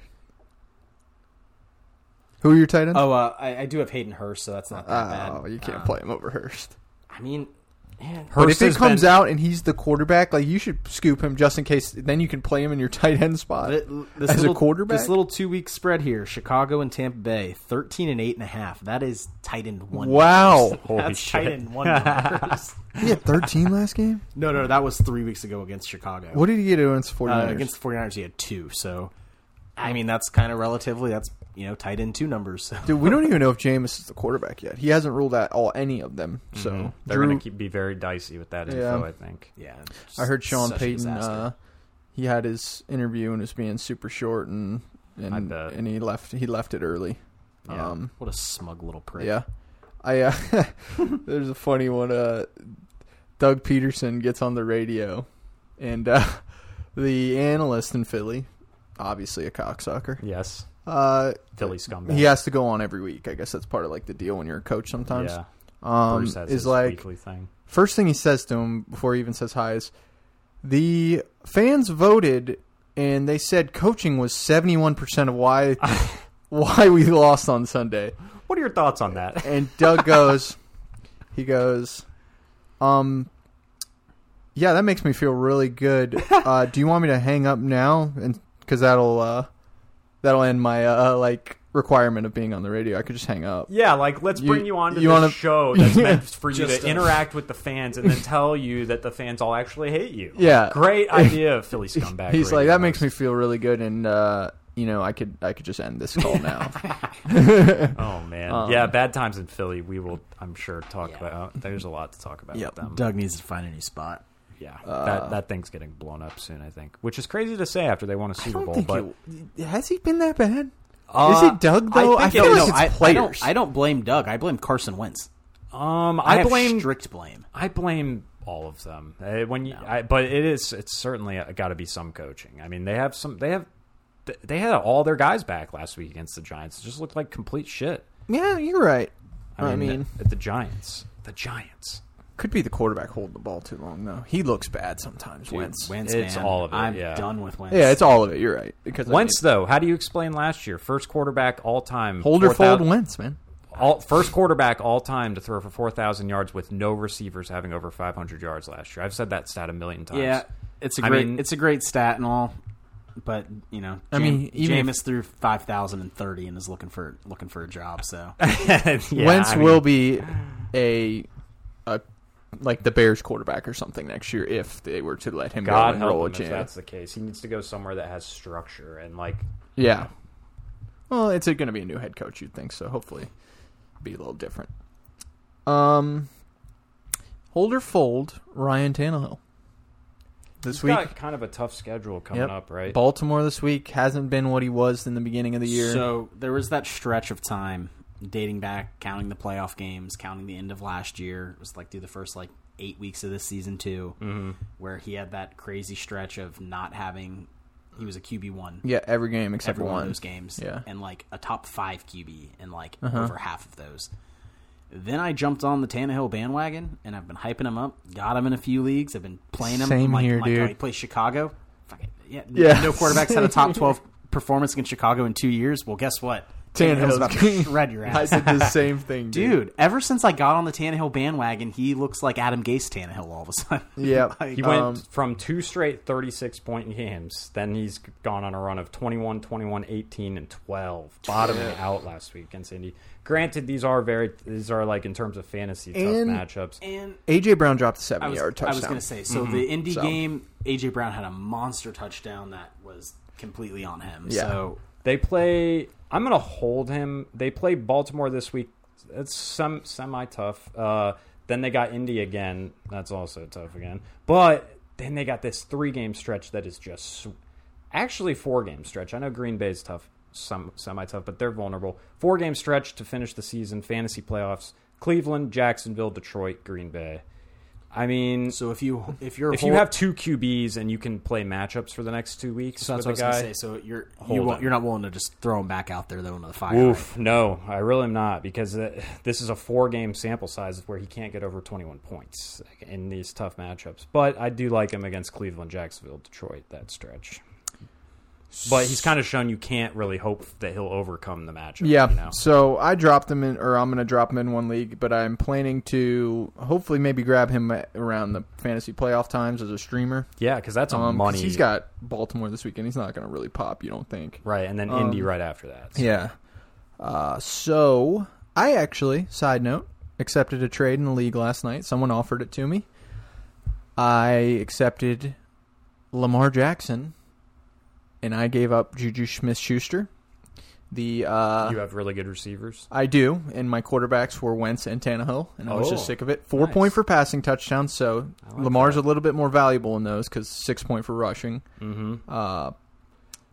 [SPEAKER 2] Who are your tight ends?
[SPEAKER 3] Oh, uh, I, I do have Hayden Hurst, so that's not that
[SPEAKER 2] Oh,
[SPEAKER 3] bad.
[SPEAKER 2] you can't
[SPEAKER 3] Um,
[SPEAKER 2] play him over Hurst.
[SPEAKER 3] I mean, man,
[SPEAKER 2] But
[SPEAKER 4] Hurst
[SPEAKER 2] if it
[SPEAKER 4] has
[SPEAKER 2] comes
[SPEAKER 4] been-
[SPEAKER 2] out and he's the quarterback, like you should scoop him just in case. Then you can play him in your tight end spot.
[SPEAKER 3] th- this
[SPEAKER 2] as a
[SPEAKER 3] little,
[SPEAKER 2] quarterback?
[SPEAKER 3] this little two-week spread here: Chicago and Tampa Bay, thirteen and eight and a half. That is tight end one.
[SPEAKER 2] Wow.
[SPEAKER 4] Holy
[SPEAKER 3] that's
[SPEAKER 4] shit.
[SPEAKER 3] tight end one. numbers.
[SPEAKER 2] he had 13 last game.
[SPEAKER 3] no, no, that was three weeks ago against Chicago.
[SPEAKER 2] What did he get against 49ers?
[SPEAKER 3] Uh, against the 49ers, he had two. So, I mean, that's kind of relatively. That's you know tight end two numbers. So.
[SPEAKER 2] Dude, we don't even know if Jameis is the quarterback yet. He hasn't ruled out all any of them. So
[SPEAKER 3] Mm-hmm.
[SPEAKER 4] Mm-hmm. They're
[SPEAKER 2] Drew-
[SPEAKER 4] going to be very dicey with that
[SPEAKER 2] Yeah.
[SPEAKER 4] info, I think.
[SPEAKER 3] Yeah, it's
[SPEAKER 2] I heard Sean
[SPEAKER 3] such a
[SPEAKER 2] Payton.
[SPEAKER 3] disaster.
[SPEAKER 2] Uh, he had his interview and it was being super short, and
[SPEAKER 4] I
[SPEAKER 2] and,
[SPEAKER 4] bet.
[SPEAKER 2] and he left. He left it early.
[SPEAKER 4] Yeah.
[SPEAKER 2] Um,
[SPEAKER 3] what a smug little prick.
[SPEAKER 2] yeah. I uh, there's a funny one. Uh, Doug Peterson gets on the radio, and uh, the analyst in Philly, obviously a cocksucker.
[SPEAKER 4] Yes.
[SPEAKER 2] Uh,
[SPEAKER 4] Philly scumbag.
[SPEAKER 2] He has to go on every week. I guess that's part of like the deal when you're a coach. Sometimes
[SPEAKER 4] Yeah.
[SPEAKER 2] um,
[SPEAKER 4] Bruce has
[SPEAKER 2] is
[SPEAKER 4] his
[SPEAKER 2] like
[SPEAKER 4] weekly thing.
[SPEAKER 2] first thing he says to him before he even says hi is the fans voted and they said coaching was 71% of why why we lost on Sunday.
[SPEAKER 4] What are your thoughts on that?
[SPEAKER 2] And Doug goes he goes um yeah, that makes me feel really good. Uh, do you want me to hang up now and cuz that'll uh that'll end my uh like requirement of being on the radio. I could just hang up.
[SPEAKER 4] Yeah, like let's
[SPEAKER 2] You-
[SPEAKER 4] bring you on to
[SPEAKER 2] you
[SPEAKER 4] this
[SPEAKER 2] wanna-
[SPEAKER 4] show that's
[SPEAKER 2] Yeah.
[SPEAKER 4] meant for you
[SPEAKER 3] Just
[SPEAKER 4] to
[SPEAKER 3] us.
[SPEAKER 4] interact with the fans and then tell you that the fans all actually hate you.
[SPEAKER 2] Yeah.
[SPEAKER 4] Great idea, Philly scumbag.
[SPEAKER 2] He's like
[SPEAKER 4] radio
[SPEAKER 2] that makes me
[SPEAKER 4] host."
[SPEAKER 2] feel really good and uh you know, I could I could just end this call now.
[SPEAKER 4] Oh man.
[SPEAKER 2] Um,
[SPEAKER 4] yeah, bad times in Philly. We will I'm sure talk
[SPEAKER 3] Yeah.
[SPEAKER 4] about there's a lot to talk about
[SPEAKER 2] Yep. Uh,
[SPEAKER 4] with them.
[SPEAKER 3] Um, Doug needs to find a new spot.
[SPEAKER 4] Yeah. that that thing's getting blown up soon, I think. Which is crazy to say after they won a Super Bowl, but
[SPEAKER 2] it, has he been that bad?
[SPEAKER 4] Uh,
[SPEAKER 2] Is it Doug though?
[SPEAKER 4] I
[SPEAKER 2] I,
[SPEAKER 4] think
[SPEAKER 2] feel like
[SPEAKER 4] it- no,
[SPEAKER 2] it's
[SPEAKER 3] I, I
[SPEAKER 2] players.
[SPEAKER 3] don't. I don't blame Doug. I blame Carson Wentz.
[SPEAKER 4] um
[SPEAKER 3] I,
[SPEAKER 4] I,
[SPEAKER 3] have
[SPEAKER 4] blame
[SPEAKER 3] strict blame.
[SPEAKER 4] I blame all of them. Uh, when you, I, but it is it's certainly got to be some coaching. I mean, they have some they have th- they had all their guys back last week against the Giants. It just looked like complete shit.
[SPEAKER 2] Yeah, you're right.
[SPEAKER 4] I
[SPEAKER 2] I
[SPEAKER 4] mean,
[SPEAKER 2] mean-
[SPEAKER 4] the, the Giants, the Giants.
[SPEAKER 2] Could be the quarterback holding the ball too long though. He looks bad sometimes.
[SPEAKER 4] Dude,
[SPEAKER 2] Wentz.
[SPEAKER 3] Wentz,
[SPEAKER 4] It's
[SPEAKER 3] man.
[SPEAKER 4] all of it,
[SPEAKER 3] I'm
[SPEAKER 4] yeah.
[SPEAKER 3] done with Wentz.
[SPEAKER 2] Yeah, it's all of it. You're right. Because I
[SPEAKER 4] Wentz, though, how do you explain last year? First quarterback all time,
[SPEAKER 2] mean, hold or
[SPEAKER 4] 4,000
[SPEAKER 2] fold Wentz, man.
[SPEAKER 4] all, first quarterback all time to throw for 4,000 yards with no receivers having over 500 yards last year. I've said that stat a million times.
[SPEAKER 3] Yeah, it's a
[SPEAKER 4] I
[SPEAKER 3] great
[SPEAKER 4] mean-
[SPEAKER 3] it's a great stat and all, but you know,
[SPEAKER 2] I
[SPEAKER 3] Jam-
[SPEAKER 2] mean, even if-
[SPEAKER 3] Jameis threw five thousand and thirty and is looking for looking for a job. So
[SPEAKER 4] Yeah,
[SPEAKER 2] Wentz
[SPEAKER 4] I mean,
[SPEAKER 2] will be a, a like the Bears quarterback or something next year if they were to let him go
[SPEAKER 4] God
[SPEAKER 2] and
[SPEAKER 4] help
[SPEAKER 2] roll a
[SPEAKER 4] him if
[SPEAKER 2] chance.
[SPEAKER 4] that's the case. He needs to go somewhere that has structure and like
[SPEAKER 2] Yeah. Well, it's going to be a new head coach, you'd think, so hopefully be a little different. Um Hold or fold Ryan Tannehill. This
[SPEAKER 4] he's
[SPEAKER 2] week
[SPEAKER 4] got kind of a tough schedule coming
[SPEAKER 2] Yep.
[SPEAKER 4] up, right?
[SPEAKER 2] Baltimore this week hasn't been what he was in the beginning of the year.
[SPEAKER 3] So there was that stretch of time dating back, counting the playoff games, counting the end of last year. It was like through the first like eight weeks of this season too,
[SPEAKER 4] Mm-hmm.
[SPEAKER 3] where he had that crazy stretch of not having. He was a QB one
[SPEAKER 2] yeah, every game except
[SPEAKER 3] every
[SPEAKER 2] one.
[SPEAKER 3] one of those games,
[SPEAKER 2] Yeah. Uh-huh.
[SPEAKER 3] and like a top five QB in like over half of those. Then I jumped on the Tannehill bandwagon, and I've been hyping him up. Got him in a few leagues. I've been playing him.
[SPEAKER 2] Same
[SPEAKER 3] I'm like,
[SPEAKER 2] here,
[SPEAKER 3] I'm like,
[SPEAKER 2] dude.
[SPEAKER 3] Oh, he plays Chicago. Fuck it. Yeah,
[SPEAKER 2] Yeah.
[SPEAKER 3] No quarterbacks had a top twelve performance against Chicago in two years. Well, guess what?
[SPEAKER 2] Tannehill's
[SPEAKER 3] Tannehill's about to shred your
[SPEAKER 2] I
[SPEAKER 3] ass,
[SPEAKER 2] did the same thing, dude.
[SPEAKER 3] dude. Ever since I got on the Tannehill bandwagon, he looks like Adam Gase Tannehill all of a sudden.
[SPEAKER 2] Yeah.
[SPEAKER 3] Like,
[SPEAKER 4] He went
[SPEAKER 2] Um,
[SPEAKER 4] from two straight 36 point games. Then he's gone on a run of 21, 21, 18, and 12, bottoming out last week against Indy. Granted, these are very, these are like in terms of fantasy
[SPEAKER 2] And-
[SPEAKER 4] tough matchups.
[SPEAKER 3] and
[SPEAKER 2] AJ Brown dropped a
[SPEAKER 3] I
[SPEAKER 2] seven
[SPEAKER 3] was,
[SPEAKER 2] yard touchdown.
[SPEAKER 3] I was going to say,
[SPEAKER 4] Mm-hmm.
[SPEAKER 3] so the Indy
[SPEAKER 2] So.
[SPEAKER 3] game, AJ Brown had a monster touchdown that was completely on him.
[SPEAKER 2] Yeah.
[SPEAKER 3] So
[SPEAKER 4] They play. I'm gonna hold him. They play Baltimore this week. It's some semi tough. Uh, then they got Indy again. That's also tough again. But then they got this three game stretch that is just sw- actually four game stretch. I know Green Bay's tough, some semi tough, but they're vulnerable. Four game stretch to finish the season. Fantasy playoffs: Cleveland, Jacksonville, Detroit, Green Bay. I mean,
[SPEAKER 3] so if you if you're
[SPEAKER 4] if you
[SPEAKER 3] hol-
[SPEAKER 4] have two QBs and you can play matchups for the next two weeks,
[SPEAKER 3] so that's
[SPEAKER 4] with
[SPEAKER 3] what
[SPEAKER 4] a
[SPEAKER 3] I was
[SPEAKER 4] guy,
[SPEAKER 3] going to say. So you're
[SPEAKER 4] Hold
[SPEAKER 3] you won't,
[SPEAKER 4] him.
[SPEAKER 3] you're not willing to just throw him back out there though into the fire.
[SPEAKER 4] Oof, no, I really am not because uh, this is a four-game sample size where he can't get over 21 points in these tough matchups. But I do like him against Cleveland, Jacksonville, Detroit that stretch. But he's kind of shown you can't really hope that he'll overcome the matchup.
[SPEAKER 2] Yeah.
[SPEAKER 4] you know?
[SPEAKER 2] So I dropped him in, or I'm going to drop him in one league, but I'm planning to hopefully maybe grab him at- around the fantasy playoff times as a streamer.
[SPEAKER 4] yeah, because that's a
[SPEAKER 2] Um, 'cause
[SPEAKER 4] money.
[SPEAKER 2] He's got Baltimore this weekend. He's not going to really pop, you don't think?
[SPEAKER 4] right, and then Indy right after that.
[SPEAKER 2] um, Yeah. Uh, so I actually, side note, accepted a trade in the league last night. Someone offered it to me. I accepted Lamar Jackson, and I gave up Juju Smith-Schuster. The uh,
[SPEAKER 4] you have really good receivers.
[SPEAKER 2] I do, and my quarterbacks were Wentz and Tannehill, and I was
[SPEAKER 4] Oh,
[SPEAKER 2] just sick of it. Four
[SPEAKER 4] nice.
[SPEAKER 2] point for passing touchdowns, so
[SPEAKER 4] like
[SPEAKER 2] Lamar's a little bit more valuable in those because six point for rushing.
[SPEAKER 4] Mm-hmm.
[SPEAKER 2] Uh,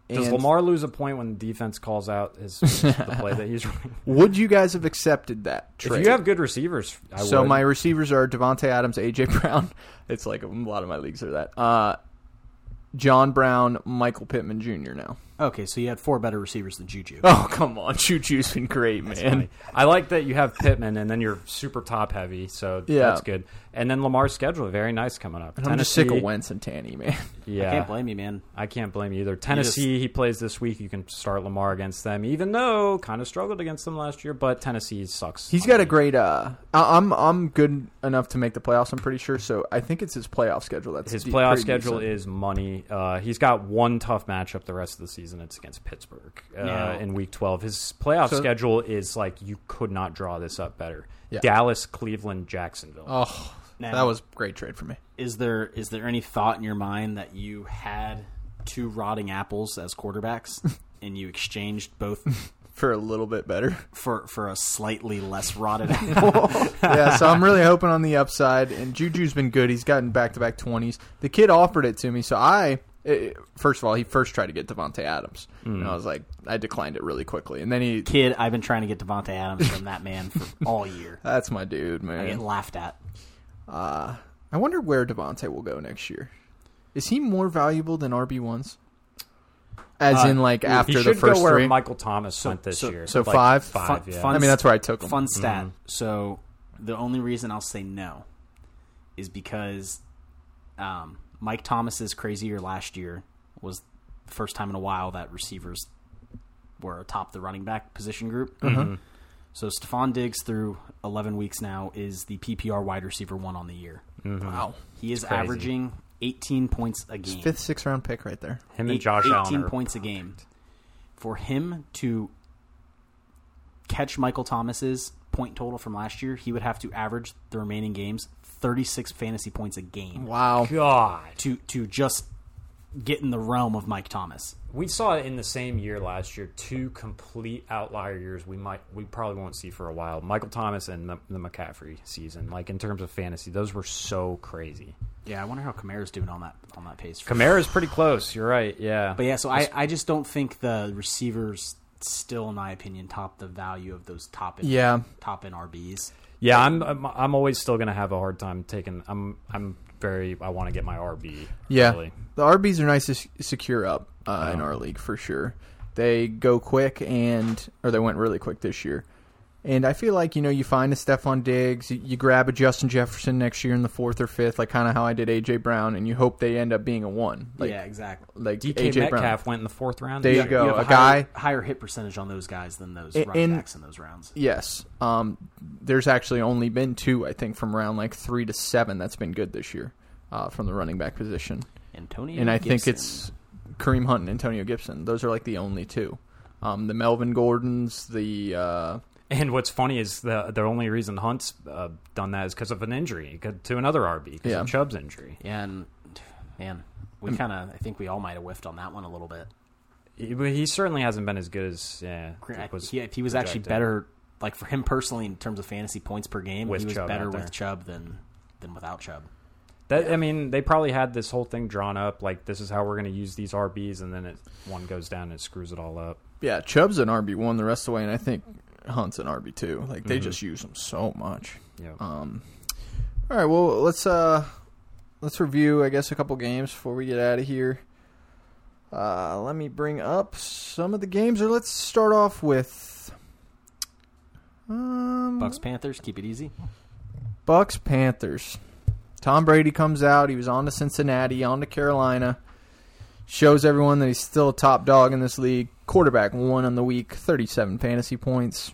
[SPEAKER 4] Does
[SPEAKER 2] and
[SPEAKER 4] Lamar lose a point when the defense calls out his the play that he's running?
[SPEAKER 2] Would you guys have accepted that
[SPEAKER 4] If
[SPEAKER 2] trade?
[SPEAKER 4] you have good receivers, I
[SPEAKER 2] so
[SPEAKER 4] would.
[SPEAKER 2] my receivers are Devonte Adams, AJ Brown. It's like a lot of my leagues are that. Uh, John Brown, Michael Pittman Jr. Now,
[SPEAKER 3] Okay, so you had four better receivers than Juju.
[SPEAKER 2] oh come on, Choo Choo's been great, man.
[SPEAKER 4] I like that you have Pittman, and then you're super top heavy, so
[SPEAKER 2] Yeah.
[SPEAKER 4] that's good. And then Lamar's schedule very nice coming up.
[SPEAKER 2] And I'm just sick of Wentz and Tanny, man.
[SPEAKER 4] Yeah,
[SPEAKER 3] I can't blame you, man.
[SPEAKER 4] I can't blame you either. Tennessee, he plays this week. You can start Lamar against them, even though kind of struggled against them last year. But Tennessee sucks.
[SPEAKER 2] He's
[SPEAKER 4] on
[SPEAKER 2] got
[SPEAKER 4] the-
[SPEAKER 2] a great. Uh, I- I'm I'm good enough to make the playoffs. I'm pretty sure. So I think it's his playoff schedule. That's
[SPEAKER 4] His
[SPEAKER 2] de-
[SPEAKER 4] playoff
[SPEAKER 2] pretty
[SPEAKER 4] schedule
[SPEAKER 2] decent.
[SPEAKER 4] is money. Uh, he's got one tough matchup the rest of the season. It's against Pittsburgh uh,
[SPEAKER 3] Now-
[SPEAKER 4] in Week 12. His playoff
[SPEAKER 2] So-
[SPEAKER 4] schedule is like you could not draw this up better.
[SPEAKER 2] Yeah.
[SPEAKER 4] Dallas, Cleveland, Jacksonville.
[SPEAKER 2] Oh,
[SPEAKER 3] Now-
[SPEAKER 2] that was a great trade for me.
[SPEAKER 3] Is there is there any thought in your mind that you had two rotting apples as quarterbacks and you exchanged both
[SPEAKER 2] For a little bit better.
[SPEAKER 3] for for a slightly less rotted apple?
[SPEAKER 2] yeah. So I'm really hoping on the upside. And Juju's been good. He's gotten back to back twenties. The kid offered it to me. So I. It, first of all, he first tried to get Devonte Adams, and
[SPEAKER 4] Hmm.
[SPEAKER 2] I was like, I declined it really quickly. And then he,
[SPEAKER 3] Kid, I've been trying to get Devonte Adams from that man for all year.
[SPEAKER 2] that's my dude,
[SPEAKER 3] I get
[SPEAKER 2] man.
[SPEAKER 3] laughed at.
[SPEAKER 2] Uh, I wonder where Devonte will go next year. Is he more valuable than RB ones? as
[SPEAKER 4] Uh,
[SPEAKER 2] in like
[SPEAKER 4] he
[SPEAKER 2] after the
[SPEAKER 4] should
[SPEAKER 2] first
[SPEAKER 4] go where
[SPEAKER 2] three.
[SPEAKER 4] Michael Thomas went this
[SPEAKER 3] so-
[SPEAKER 4] year.
[SPEAKER 2] so
[SPEAKER 4] Like,
[SPEAKER 2] five?
[SPEAKER 4] five.
[SPEAKER 3] Fun-
[SPEAKER 4] yeah. Mm-hmm.
[SPEAKER 3] fun
[SPEAKER 2] I mean, that's where I took him.
[SPEAKER 3] Fun stat. So the only reason I'll say no is because um, Mike Thomas's crazy year last year was the first time in a while that receivers were atop the running back position group.
[SPEAKER 4] Mm-hmm.
[SPEAKER 2] Mm-hmm.
[SPEAKER 3] So Stephon Diggs through 11 weeks now is the PPR wide receiver one on the year.
[SPEAKER 2] Wow,
[SPEAKER 3] He is
[SPEAKER 4] Mm-hmm. crazy.
[SPEAKER 3] averaging 18 points a game.
[SPEAKER 2] fifth, sixth round pick right there.
[SPEAKER 4] Him and
[SPEAKER 3] Eight-
[SPEAKER 4] Josh
[SPEAKER 3] 18
[SPEAKER 4] Allen. are-
[SPEAKER 3] points a game. For him to catch Michael Thomas's point total from last year, he would have to average the remaining games 36 fantasy points a game
[SPEAKER 2] Wow,
[SPEAKER 4] God,
[SPEAKER 3] to to just get in the realm of Mike Thomas.
[SPEAKER 4] we saw it in the same year last year. Two complete outlier years. We might, we probably won't see for a while. Michael Thomas and the, the McCaffrey season. Like in terms of fantasy, those were so crazy.
[SPEAKER 3] Yeah, I wonder how Kamara's doing on that on that pace.
[SPEAKER 4] Kamara's pretty close. You're right. Yeah.
[SPEAKER 3] But yeah, so I, I just don't think the receivers still in my opinion top the value of those top end,
[SPEAKER 2] Yeah.
[SPEAKER 3] top end RBs.
[SPEAKER 4] Yeah, I'm I'm, I'm always still going to have a hard time taking. I'm I'm very. I want to get my RB.
[SPEAKER 2] yeah,
[SPEAKER 4] early.
[SPEAKER 2] the RBs are nice to s- secure up uh, in our league for sure. They go quick and or they went really quick this year. And I feel like you know you find a Stephon Diggs, you- you grab a Justin Jefferson next year in the fourth or fifth, like kind of how I did AJ Brown, and you hope they end up being a one. Like,
[SPEAKER 3] yeah, exactly.
[SPEAKER 2] like
[SPEAKER 4] DK
[SPEAKER 2] AJ
[SPEAKER 4] Metcalf
[SPEAKER 2] Brown.
[SPEAKER 4] went in the fourth round.
[SPEAKER 2] There
[SPEAKER 4] this
[SPEAKER 2] you
[SPEAKER 4] year.
[SPEAKER 2] go.
[SPEAKER 3] You have
[SPEAKER 2] a
[SPEAKER 3] higher-
[SPEAKER 2] guy-
[SPEAKER 3] higher hit percentage on those guys than those
[SPEAKER 2] A-
[SPEAKER 3] running
[SPEAKER 2] and-
[SPEAKER 3] backs in those rounds.
[SPEAKER 2] Yes. Um, there's actually only been two, I think, from round like three to seven that's been good this year uh, from the running back position.
[SPEAKER 3] Antonio,
[SPEAKER 2] And I think
[SPEAKER 3] Gibson.
[SPEAKER 2] it's Kareem Hunt and Antonio Gibson. Those are like the only two. Um, the Melvin Gordons, the uh,
[SPEAKER 4] And what's funny is the the only reason Hunt's uh, done that is because of an injury 'cause- to another RB because
[SPEAKER 2] Yeah.
[SPEAKER 4] of Chubb's injury.
[SPEAKER 3] yeah, and man, we kind of I think we all might have whiffed on that one a little bit.
[SPEAKER 4] He, but he certainly hasn't been as good as yeah.
[SPEAKER 3] I-
[SPEAKER 4] it was-
[SPEAKER 3] he, he was actually
[SPEAKER 4] projected.
[SPEAKER 3] better, like for him personally, in terms of fantasy points per game,
[SPEAKER 4] With
[SPEAKER 3] he was
[SPEAKER 4] Chubb
[SPEAKER 3] better
[SPEAKER 4] out there.
[SPEAKER 3] with Chubb than than without Chubb.
[SPEAKER 4] That I mean, they probably had this whole thing drawn up like this is how we're going to use these RBs, and then it one goes down and it screws it all up.
[SPEAKER 2] yeah, Chubb's an RB one the rest of the way, and I think Hunt's an RB two. Like they just use him so much.
[SPEAKER 4] Yeah.
[SPEAKER 2] Um, all right, well let's uh let's review I guess a couple games before we get out of here. Uh, let me bring up some of the games, or let's start off with um,
[SPEAKER 3] Bucks Panthers, keep it easy.
[SPEAKER 2] Bucks Panthers. Tom Brady comes out. He was on to Cincinnati, on to Carolina. Shows everyone that he's still a top dog in this league. Quarterback one on the week, thirty-seven fantasy points.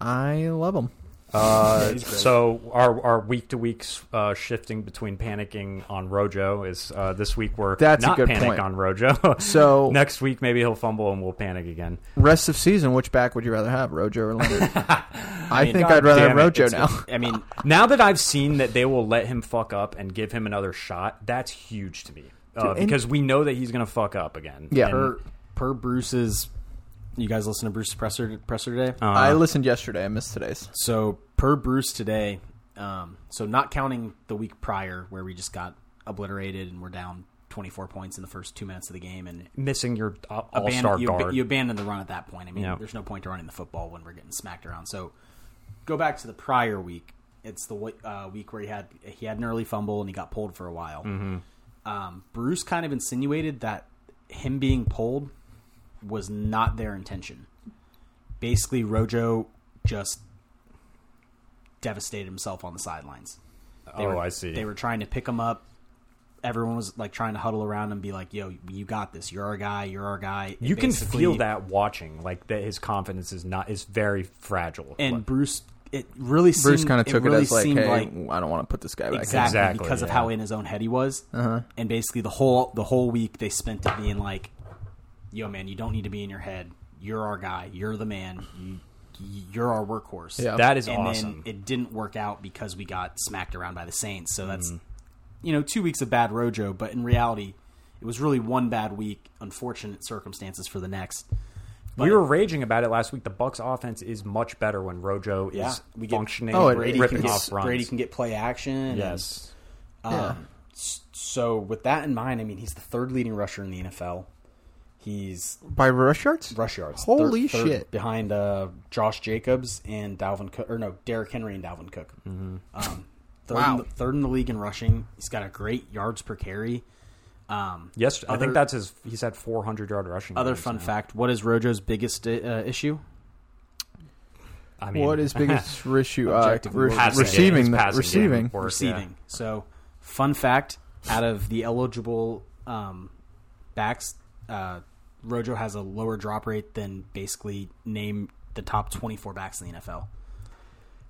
[SPEAKER 2] I love him.
[SPEAKER 4] Uh,
[SPEAKER 3] he's great.
[SPEAKER 4] so our our week to week uh, shifting between panicking on Rojo is uh, this week we're
[SPEAKER 2] That's a
[SPEAKER 4] not
[SPEAKER 2] good
[SPEAKER 4] panic
[SPEAKER 2] point.
[SPEAKER 4] on Rojo.
[SPEAKER 2] So
[SPEAKER 4] Next week maybe he'll fumble and we'll panic again.
[SPEAKER 2] rest of season, which back would you rather have, Rojo or Leonard? I,
[SPEAKER 3] mean,
[SPEAKER 2] think
[SPEAKER 4] God
[SPEAKER 2] I'd rather have
[SPEAKER 4] damn it,
[SPEAKER 2] Rojo
[SPEAKER 4] it's-
[SPEAKER 2] now.
[SPEAKER 3] I mean,
[SPEAKER 4] Now that I've seen that they will let him fuck up and give him another shot, that's huge to me uh,
[SPEAKER 2] Dude, and-
[SPEAKER 4] because we know that he's gonna fuck up again.
[SPEAKER 2] Yeah.
[SPEAKER 4] And-
[SPEAKER 3] per per Bruce's, you guys listen to Bruce's presser presser today.
[SPEAKER 4] uh,
[SPEAKER 2] I listened yesterday. I missed today's.
[SPEAKER 3] So per Bruce today, um, so not counting the week prior where we just got obliterated and we're down 24 points in the first two minutes of the game and
[SPEAKER 4] missing your all
[SPEAKER 3] abandon-
[SPEAKER 4] star
[SPEAKER 3] you, ab-
[SPEAKER 4] guard.
[SPEAKER 3] you abandon the run at that point. I mean,
[SPEAKER 4] Yeah.
[SPEAKER 3] there's no point to running the football when we're getting smacked around. So go back to the prior week. It's the wi- uh, week where he had he had an early fumble and he got pulled for a while.
[SPEAKER 4] Mm-hmm.
[SPEAKER 3] Um, Bruce kind of insinuated that him being pulled was not their intention. Basically, Rojo just devastated himself on the sidelines. They
[SPEAKER 4] oh,
[SPEAKER 3] were-
[SPEAKER 4] I see.
[SPEAKER 3] They were trying to pick him up. Everyone was like trying to huddle around and be like, "Yo, you got this. You're our guy. You're our guy." And
[SPEAKER 4] you can
[SPEAKER 3] basically-
[SPEAKER 4] feel that watching, like that his confidence is not is very fragile.
[SPEAKER 3] And
[SPEAKER 4] Like-
[SPEAKER 3] Bruce, it really seemed,
[SPEAKER 2] Bruce kind of took it,
[SPEAKER 3] really
[SPEAKER 2] as like,
[SPEAKER 3] seemed
[SPEAKER 2] hey,
[SPEAKER 3] like
[SPEAKER 2] I don't want to put this guy back.
[SPEAKER 3] exactly,
[SPEAKER 2] in.
[SPEAKER 4] Exactly,
[SPEAKER 3] because of
[SPEAKER 4] yeah.
[SPEAKER 3] how in his own head he was,
[SPEAKER 2] Uh-huh.
[SPEAKER 3] and basically the whole the whole week they spent it being like, "Yo, man, you don't need to be in your head. You're our guy. You're the man. You, you're our workhorse."
[SPEAKER 2] Yeah.
[SPEAKER 4] that is
[SPEAKER 3] and
[SPEAKER 4] awesome.
[SPEAKER 3] then it didn't work out because we got smacked around by the Saints. So that's
[SPEAKER 4] Mm-hmm.
[SPEAKER 3] you know two weeks of bad Rojo, but in reality, it was really one bad week, unfortunate circumstances for the next.
[SPEAKER 4] we were raging about it last week. The Bucks offense is much better when Rojo
[SPEAKER 3] Yeah,
[SPEAKER 4] is
[SPEAKER 3] we get-
[SPEAKER 4] functioning,
[SPEAKER 2] Oh, it-
[SPEAKER 4] Brady
[SPEAKER 3] Brady
[SPEAKER 2] ripping
[SPEAKER 3] can get,
[SPEAKER 4] off runs.
[SPEAKER 3] Brady can get play action. and,
[SPEAKER 4] yes,
[SPEAKER 3] um, s- So with that in mind, I mean he's the third leading rusher in the NFL. He's
[SPEAKER 2] By rush yards,
[SPEAKER 3] rush yards.
[SPEAKER 2] Holy
[SPEAKER 3] third- third
[SPEAKER 2] shit.
[SPEAKER 3] behind uh, Josh Jacobs and Dalvin Cook, or no, Derrick Henry and Dalvin Cook.
[SPEAKER 4] Mm-hmm.
[SPEAKER 3] Um, third,
[SPEAKER 2] Wow.
[SPEAKER 3] in the, third in the league in rushing. He's got a great yards per carry. Um,
[SPEAKER 4] Yes, I
[SPEAKER 3] Other-
[SPEAKER 4] think that's his. He's had 400 yard rushing.
[SPEAKER 3] other
[SPEAKER 4] games
[SPEAKER 3] fun
[SPEAKER 4] now.
[SPEAKER 3] fact: What is Rojo's biggest uh, issue?
[SPEAKER 4] I mean,
[SPEAKER 2] what is biggest issue? Uh,
[SPEAKER 3] Objectively,
[SPEAKER 2] re-
[SPEAKER 3] what
[SPEAKER 4] passing
[SPEAKER 3] was
[SPEAKER 4] game,
[SPEAKER 2] receiving,
[SPEAKER 4] his
[SPEAKER 2] the-
[SPEAKER 4] passing game
[SPEAKER 2] receiving.
[SPEAKER 4] work, yeah.
[SPEAKER 3] receiving. So, fun fact: out of the eligible um, backs, uh, Rojo has a lower drop rate than basically name the top twenty-four backs in the NFL.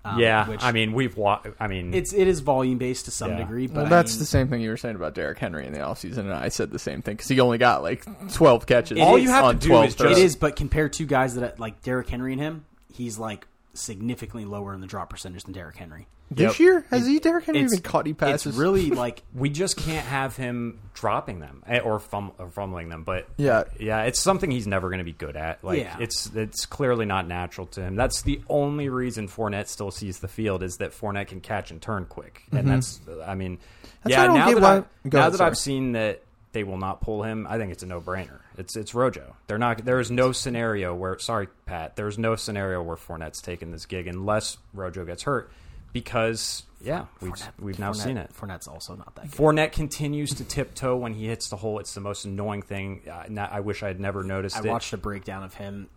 [SPEAKER 3] Um,
[SPEAKER 4] yeah, I mean, we've wa- I mean,
[SPEAKER 3] it's it is volume based to some
[SPEAKER 4] Yeah.
[SPEAKER 3] degree, but
[SPEAKER 2] Well,
[SPEAKER 3] I
[SPEAKER 2] that's
[SPEAKER 3] mean,
[SPEAKER 2] the same thing you were saying about Derrick Henry in the offseason, and I said the same thing because he only got like 12 catches.
[SPEAKER 4] All
[SPEAKER 3] you
[SPEAKER 4] have to
[SPEAKER 2] on
[SPEAKER 4] do
[SPEAKER 2] 12
[SPEAKER 4] is just-
[SPEAKER 2] throws.
[SPEAKER 3] It is, but compared to guys that like Derrick Henry and him, he's like significantly lower in the drop percentage than Derrick Henry.
[SPEAKER 2] This
[SPEAKER 4] Yep.
[SPEAKER 2] year? Has he Derrick Henry
[SPEAKER 3] It's-
[SPEAKER 2] even caught any passes?
[SPEAKER 3] It's really like
[SPEAKER 4] we just can't have him dropping them eh, or, fum- or fumbling them. But
[SPEAKER 2] Yeah.
[SPEAKER 4] yeah, it's something he's never going to be good at. Like
[SPEAKER 3] Yeah.
[SPEAKER 4] it's it's clearly not natural to him. That's the only reason Fournette still sees the field is that Fournette can catch and turn quick, and that's I mean,
[SPEAKER 2] Mm-hmm. That's why I
[SPEAKER 4] yeah.
[SPEAKER 2] don't
[SPEAKER 4] Now
[SPEAKER 2] get
[SPEAKER 4] that,
[SPEAKER 2] why-
[SPEAKER 4] I,
[SPEAKER 2] Go
[SPEAKER 4] now
[SPEAKER 2] ahead,
[SPEAKER 4] that
[SPEAKER 2] sorry.
[SPEAKER 4] I've seen that they will not pull him, I think it's a no brainer. It's it's Rojo. They're not. There is no scenario where sorry Pat. There is no scenario where Fournette's taking this gig unless Rojo gets hurt. Because yeah, we've we've now
[SPEAKER 3] Fournette-
[SPEAKER 4] seen it.
[SPEAKER 3] Fournette's also not that good.
[SPEAKER 4] Fournette continues to tiptoe when he hits the hole. It's the most annoying thing. I, na- I wish I had never noticed
[SPEAKER 3] I
[SPEAKER 4] it.
[SPEAKER 3] watched a breakdown of him.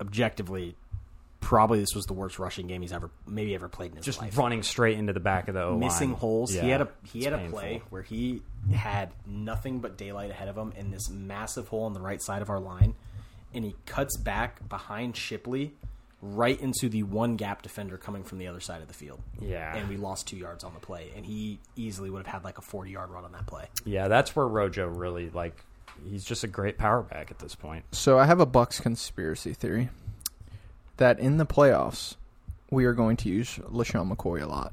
[SPEAKER 3] Objectively, probably this was the worst rushing game he's ever maybe ever played in his
[SPEAKER 4] just
[SPEAKER 3] life.
[SPEAKER 4] running straight into the back of the O-line.
[SPEAKER 3] Missing holes.
[SPEAKER 4] Yeah.
[SPEAKER 3] He had a he
[SPEAKER 4] It's
[SPEAKER 3] had a
[SPEAKER 4] painful.
[SPEAKER 3] play where he had nothing but daylight ahead of him in this massive hole on the right side of our line, and he cuts back behind Shipley, right into the one gap defender coming from the other side of the field.
[SPEAKER 4] Yeah.
[SPEAKER 3] and we lost two yards on the play, and he easily would have had like a forty yard run on that play.
[SPEAKER 4] Yeah, that's where Rojo really like. He's just a great power back at this point.
[SPEAKER 2] So I have a Bucks conspiracy theory that in the playoffs we are going to use LaShawn McCoy a lot,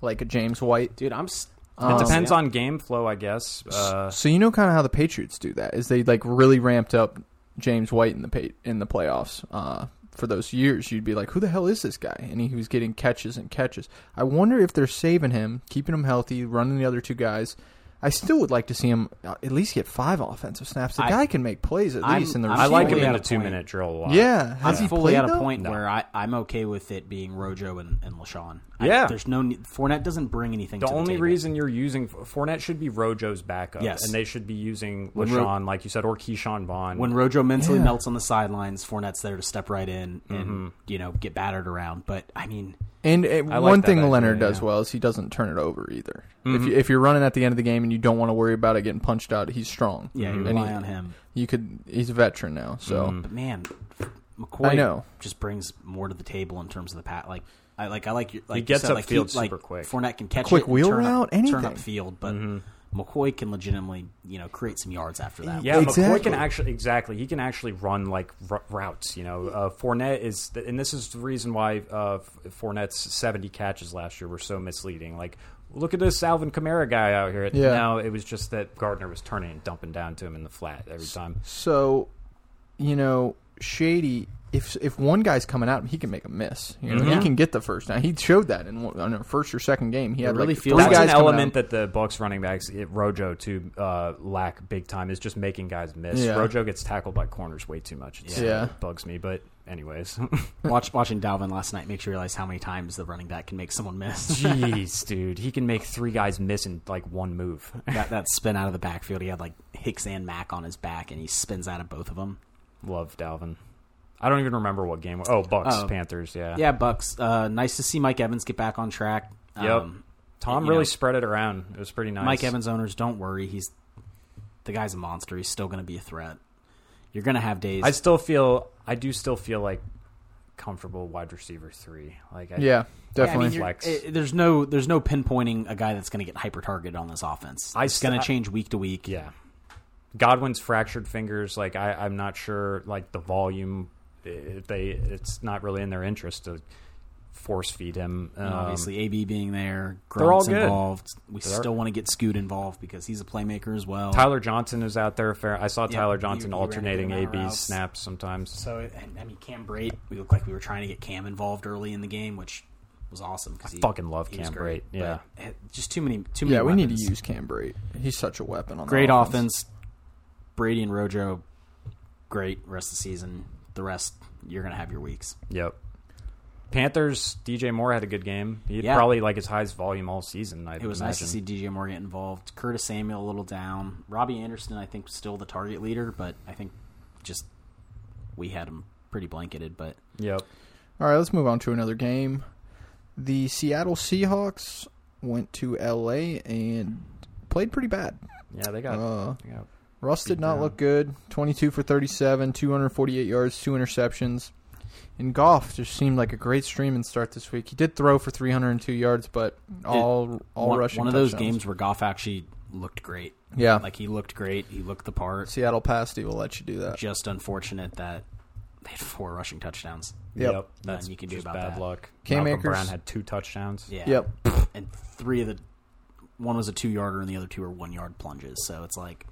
[SPEAKER 2] like a James White.
[SPEAKER 3] Dude, I'm. s-
[SPEAKER 4] it depends on game flow, I guess. Uh,
[SPEAKER 2] So you know kind of how the Patriots do that is they like really ramped up James White in the pa- in the playoffs. Uh, for those years, you'd be like, "Who the hell is this guy?" And he was getting catches and catches. I wonder if they're saving him, keeping him healthy, running the other two guys. I still would like to see him uh, at least get five offensive snaps. The
[SPEAKER 3] I-
[SPEAKER 2] guy can make plays at
[SPEAKER 3] I'm-
[SPEAKER 2] least in the.
[SPEAKER 3] I'm
[SPEAKER 4] I like him
[SPEAKER 3] fully
[SPEAKER 2] receiving
[SPEAKER 4] in the
[SPEAKER 3] at a point.
[SPEAKER 4] two-minute drill a lot.
[SPEAKER 2] Yeah, has
[SPEAKER 3] I'm
[SPEAKER 2] he
[SPEAKER 3] fully
[SPEAKER 2] played
[SPEAKER 3] at a
[SPEAKER 2] though?
[SPEAKER 3] point
[SPEAKER 4] No.
[SPEAKER 3] where I, I'm okay with it being Rojo and, and LaShawn. I,
[SPEAKER 4] Yeah.
[SPEAKER 3] there's no need, Fournette doesn't bring anything.
[SPEAKER 4] The
[SPEAKER 3] to
[SPEAKER 4] only
[SPEAKER 3] the table.
[SPEAKER 4] reason you're using Fournette should be Rojo's backup,
[SPEAKER 3] Yes.
[SPEAKER 4] and they should be using
[SPEAKER 3] When Ro-
[SPEAKER 4] LaShawn, like you said, or Keyshawn Bond.
[SPEAKER 3] when Rojo mentally
[SPEAKER 2] Yeah.
[SPEAKER 3] melts on the sidelines, Fournette's there to step right in and
[SPEAKER 4] Mm-hmm.
[SPEAKER 3] you know get battered around. But I mean,
[SPEAKER 2] And uh,
[SPEAKER 4] I like
[SPEAKER 2] one
[SPEAKER 4] that
[SPEAKER 2] thing
[SPEAKER 4] idea,
[SPEAKER 2] Leonard does
[SPEAKER 4] yeah.
[SPEAKER 2] well is he doesn't turn it over either. If,
[SPEAKER 3] Mm-hmm.
[SPEAKER 2] you, if you're running at the end of the game and you don't want to worry about it getting punched out, he's strong.
[SPEAKER 3] yeah,
[SPEAKER 4] Mm-hmm.
[SPEAKER 3] you
[SPEAKER 2] And
[SPEAKER 3] rely
[SPEAKER 2] he-
[SPEAKER 3] on him. Mm-hmm.
[SPEAKER 2] You could. He's a veteran now, so
[SPEAKER 3] But man, McCoy
[SPEAKER 2] I know.
[SPEAKER 3] just brings more to the table in terms of the pat. Like I like I like your- like you
[SPEAKER 4] gets
[SPEAKER 3] said, like,
[SPEAKER 4] upfield
[SPEAKER 3] like,
[SPEAKER 4] super quick.
[SPEAKER 3] Fournette can catch
[SPEAKER 2] Quick
[SPEAKER 3] it and
[SPEAKER 2] wheel
[SPEAKER 3] turn
[SPEAKER 2] route,
[SPEAKER 3] up, turn
[SPEAKER 2] anything.
[SPEAKER 3] upfield, but
[SPEAKER 4] Mm-hmm.
[SPEAKER 3] McCoy can legitimately you know create some yards after that.
[SPEAKER 4] Yeah,
[SPEAKER 2] Exactly.
[SPEAKER 4] McCoy can actually exactly. He can actually run like r- routes. You know, uh, Fournette is, and this is the reason why uh, Fournette's seventy catches last year were so misleading. Like, look at this Alvin Kamara guy out here.
[SPEAKER 2] Yeah.
[SPEAKER 4] No, it was just that Gardner was turning and dumping down to him in the flat every time.
[SPEAKER 2] So, you know, Shady. If if one guy's coming out, he can make a miss. You know,
[SPEAKER 3] Yeah.
[SPEAKER 2] he can get the first down. He showed that in one, on a first or second game. He had
[SPEAKER 3] really
[SPEAKER 2] like
[SPEAKER 3] feels
[SPEAKER 2] three
[SPEAKER 3] like-
[SPEAKER 4] That's
[SPEAKER 2] guys
[SPEAKER 4] an
[SPEAKER 2] coming
[SPEAKER 4] element
[SPEAKER 2] out.
[SPEAKER 4] that the Bucks running backs it, Rojo to uh, lack big time is just making guys miss.
[SPEAKER 2] Yeah.
[SPEAKER 4] Rojo gets tackled by corners way too much. It's,
[SPEAKER 2] Yeah.
[SPEAKER 4] it bugs me. But anyways,
[SPEAKER 3] Watch watching Dalvin last night makes you realize how many times the running back can make someone miss.
[SPEAKER 4] jeez, dude, he can make three guys miss in like one move.
[SPEAKER 3] that that spin out of the backfield, he had like Hicks and Mack on his back, and he spins out of both of them.
[SPEAKER 4] Love Dalvin. I don't even remember what game. Oh, Bucks
[SPEAKER 3] Oh.
[SPEAKER 4] Panthers. Yeah.
[SPEAKER 3] Yeah, Bucks. Uh, nice to see Mike Evans get back on track.
[SPEAKER 4] Yep.
[SPEAKER 3] Um,
[SPEAKER 4] Tom
[SPEAKER 3] you
[SPEAKER 4] really
[SPEAKER 3] know,
[SPEAKER 4] spread it around. It was pretty nice.
[SPEAKER 3] Mike Evans owners, don't worry. He's the guy's a monster. He's still going to be a threat. You're going to have days.
[SPEAKER 4] I still feel. I do still feel like comfortable wide receiver three. Like I,
[SPEAKER 2] Yeah,
[SPEAKER 3] I mean,
[SPEAKER 2] definitely.
[SPEAKER 3] you're-
[SPEAKER 4] flex.
[SPEAKER 3] eh, there's no there's no pinpointing a guy that's going to get hyper targeted on this offense.
[SPEAKER 4] I
[SPEAKER 3] it's
[SPEAKER 4] st-
[SPEAKER 3] going to
[SPEAKER 4] I-
[SPEAKER 3] change week to week.
[SPEAKER 4] Yeah. Godwin's fractured fingers. Like I, I'm not sure. Like the volume. eh, They. It's not really in their interest to force feed him.
[SPEAKER 3] And
[SPEAKER 4] Um,
[SPEAKER 3] obviously, AB being there,
[SPEAKER 4] they're all
[SPEAKER 3] Grunt's
[SPEAKER 4] good.
[SPEAKER 3] involved. We
[SPEAKER 4] They're-
[SPEAKER 3] still want to get Scoot involved because he's a playmaker as well.
[SPEAKER 4] Tyler Johnson is out there. Fair. I saw
[SPEAKER 3] Yeah,
[SPEAKER 4] Tyler
[SPEAKER 3] he-
[SPEAKER 4] Johnson
[SPEAKER 3] he ran a good
[SPEAKER 4] alternating
[SPEAKER 3] amount of
[SPEAKER 4] AB's
[SPEAKER 3] routes.
[SPEAKER 4] snaps sometimes.
[SPEAKER 3] So and, I mean, Cam Brate. We looked like we were trying to get Cam involved early in the game, which was awesome. Cause he,
[SPEAKER 4] fucking love
[SPEAKER 3] he was
[SPEAKER 4] Cam
[SPEAKER 3] great,
[SPEAKER 4] Brate, yeah.
[SPEAKER 3] but, eh, just too many. Too many.
[SPEAKER 2] yeah, we need to
[SPEAKER 3] weapons.
[SPEAKER 2] use Cam Brate. He's such a weapon on the
[SPEAKER 3] great offense. Brady and Rojo, great rest of the season. The rest, you're gonna have your weeks.
[SPEAKER 4] Yep. Panthers. DJ Moore had a good game. He had
[SPEAKER 3] Yeah.
[SPEAKER 4] probably like his highest volume all season. I
[SPEAKER 3] It was nice to see DJ Moore get involved. Curtis Samuel a little down. Robbie Anderson, I think, still the target leader, but I think just we had him pretty blanketed. But
[SPEAKER 4] Yep.
[SPEAKER 2] All right, let's move on to another game. The Seattle Seahawks went to LA and played pretty bad.
[SPEAKER 4] Yeah, they got.
[SPEAKER 2] Uh,
[SPEAKER 4] they got-
[SPEAKER 2] Russ did
[SPEAKER 4] Beat
[SPEAKER 2] not
[SPEAKER 4] down.
[SPEAKER 2] look good. 22 for 37, 248 yards, two interceptions. And Goff just seemed like a great streaming start this week. He did throw for 302 yards, but all all
[SPEAKER 3] one,
[SPEAKER 2] rushing.
[SPEAKER 3] one of those
[SPEAKER 2] touchdowns.
[SPEAKER 3] games where Goff actually looked great.
[SPEAKER 2] Yeah,
[SPEAKER 3] Like he looked great. He looked the part.
[SPEAKER 2] Seattle pasty will let you do that.
[SPEAKER 3] Just unfortunate that they had four rushing touchdowns.
[SPEAKER 2] Yep.
[SPEAKER 4] That's
[SPEAKER 3] Nothing you can do
[SPEAKER 4] just
[SPEAKER 3] about
[SPEAKER 4] bad
[SPEAKER 3] that.
[SPEAKER 4] luck.
[SPEAKER 2] Cam
[SPEAKER 4] Malcolm
[SPEAKER 2] Akers-
[SPEAKER 4] Brown had two touchdowns.
[SPEAKER 3] Yeah.
[SPEAKER 2] Yep.
[SPEAKER 3] And three of the one was a two yarder and the other two are one yard plunges. So it's like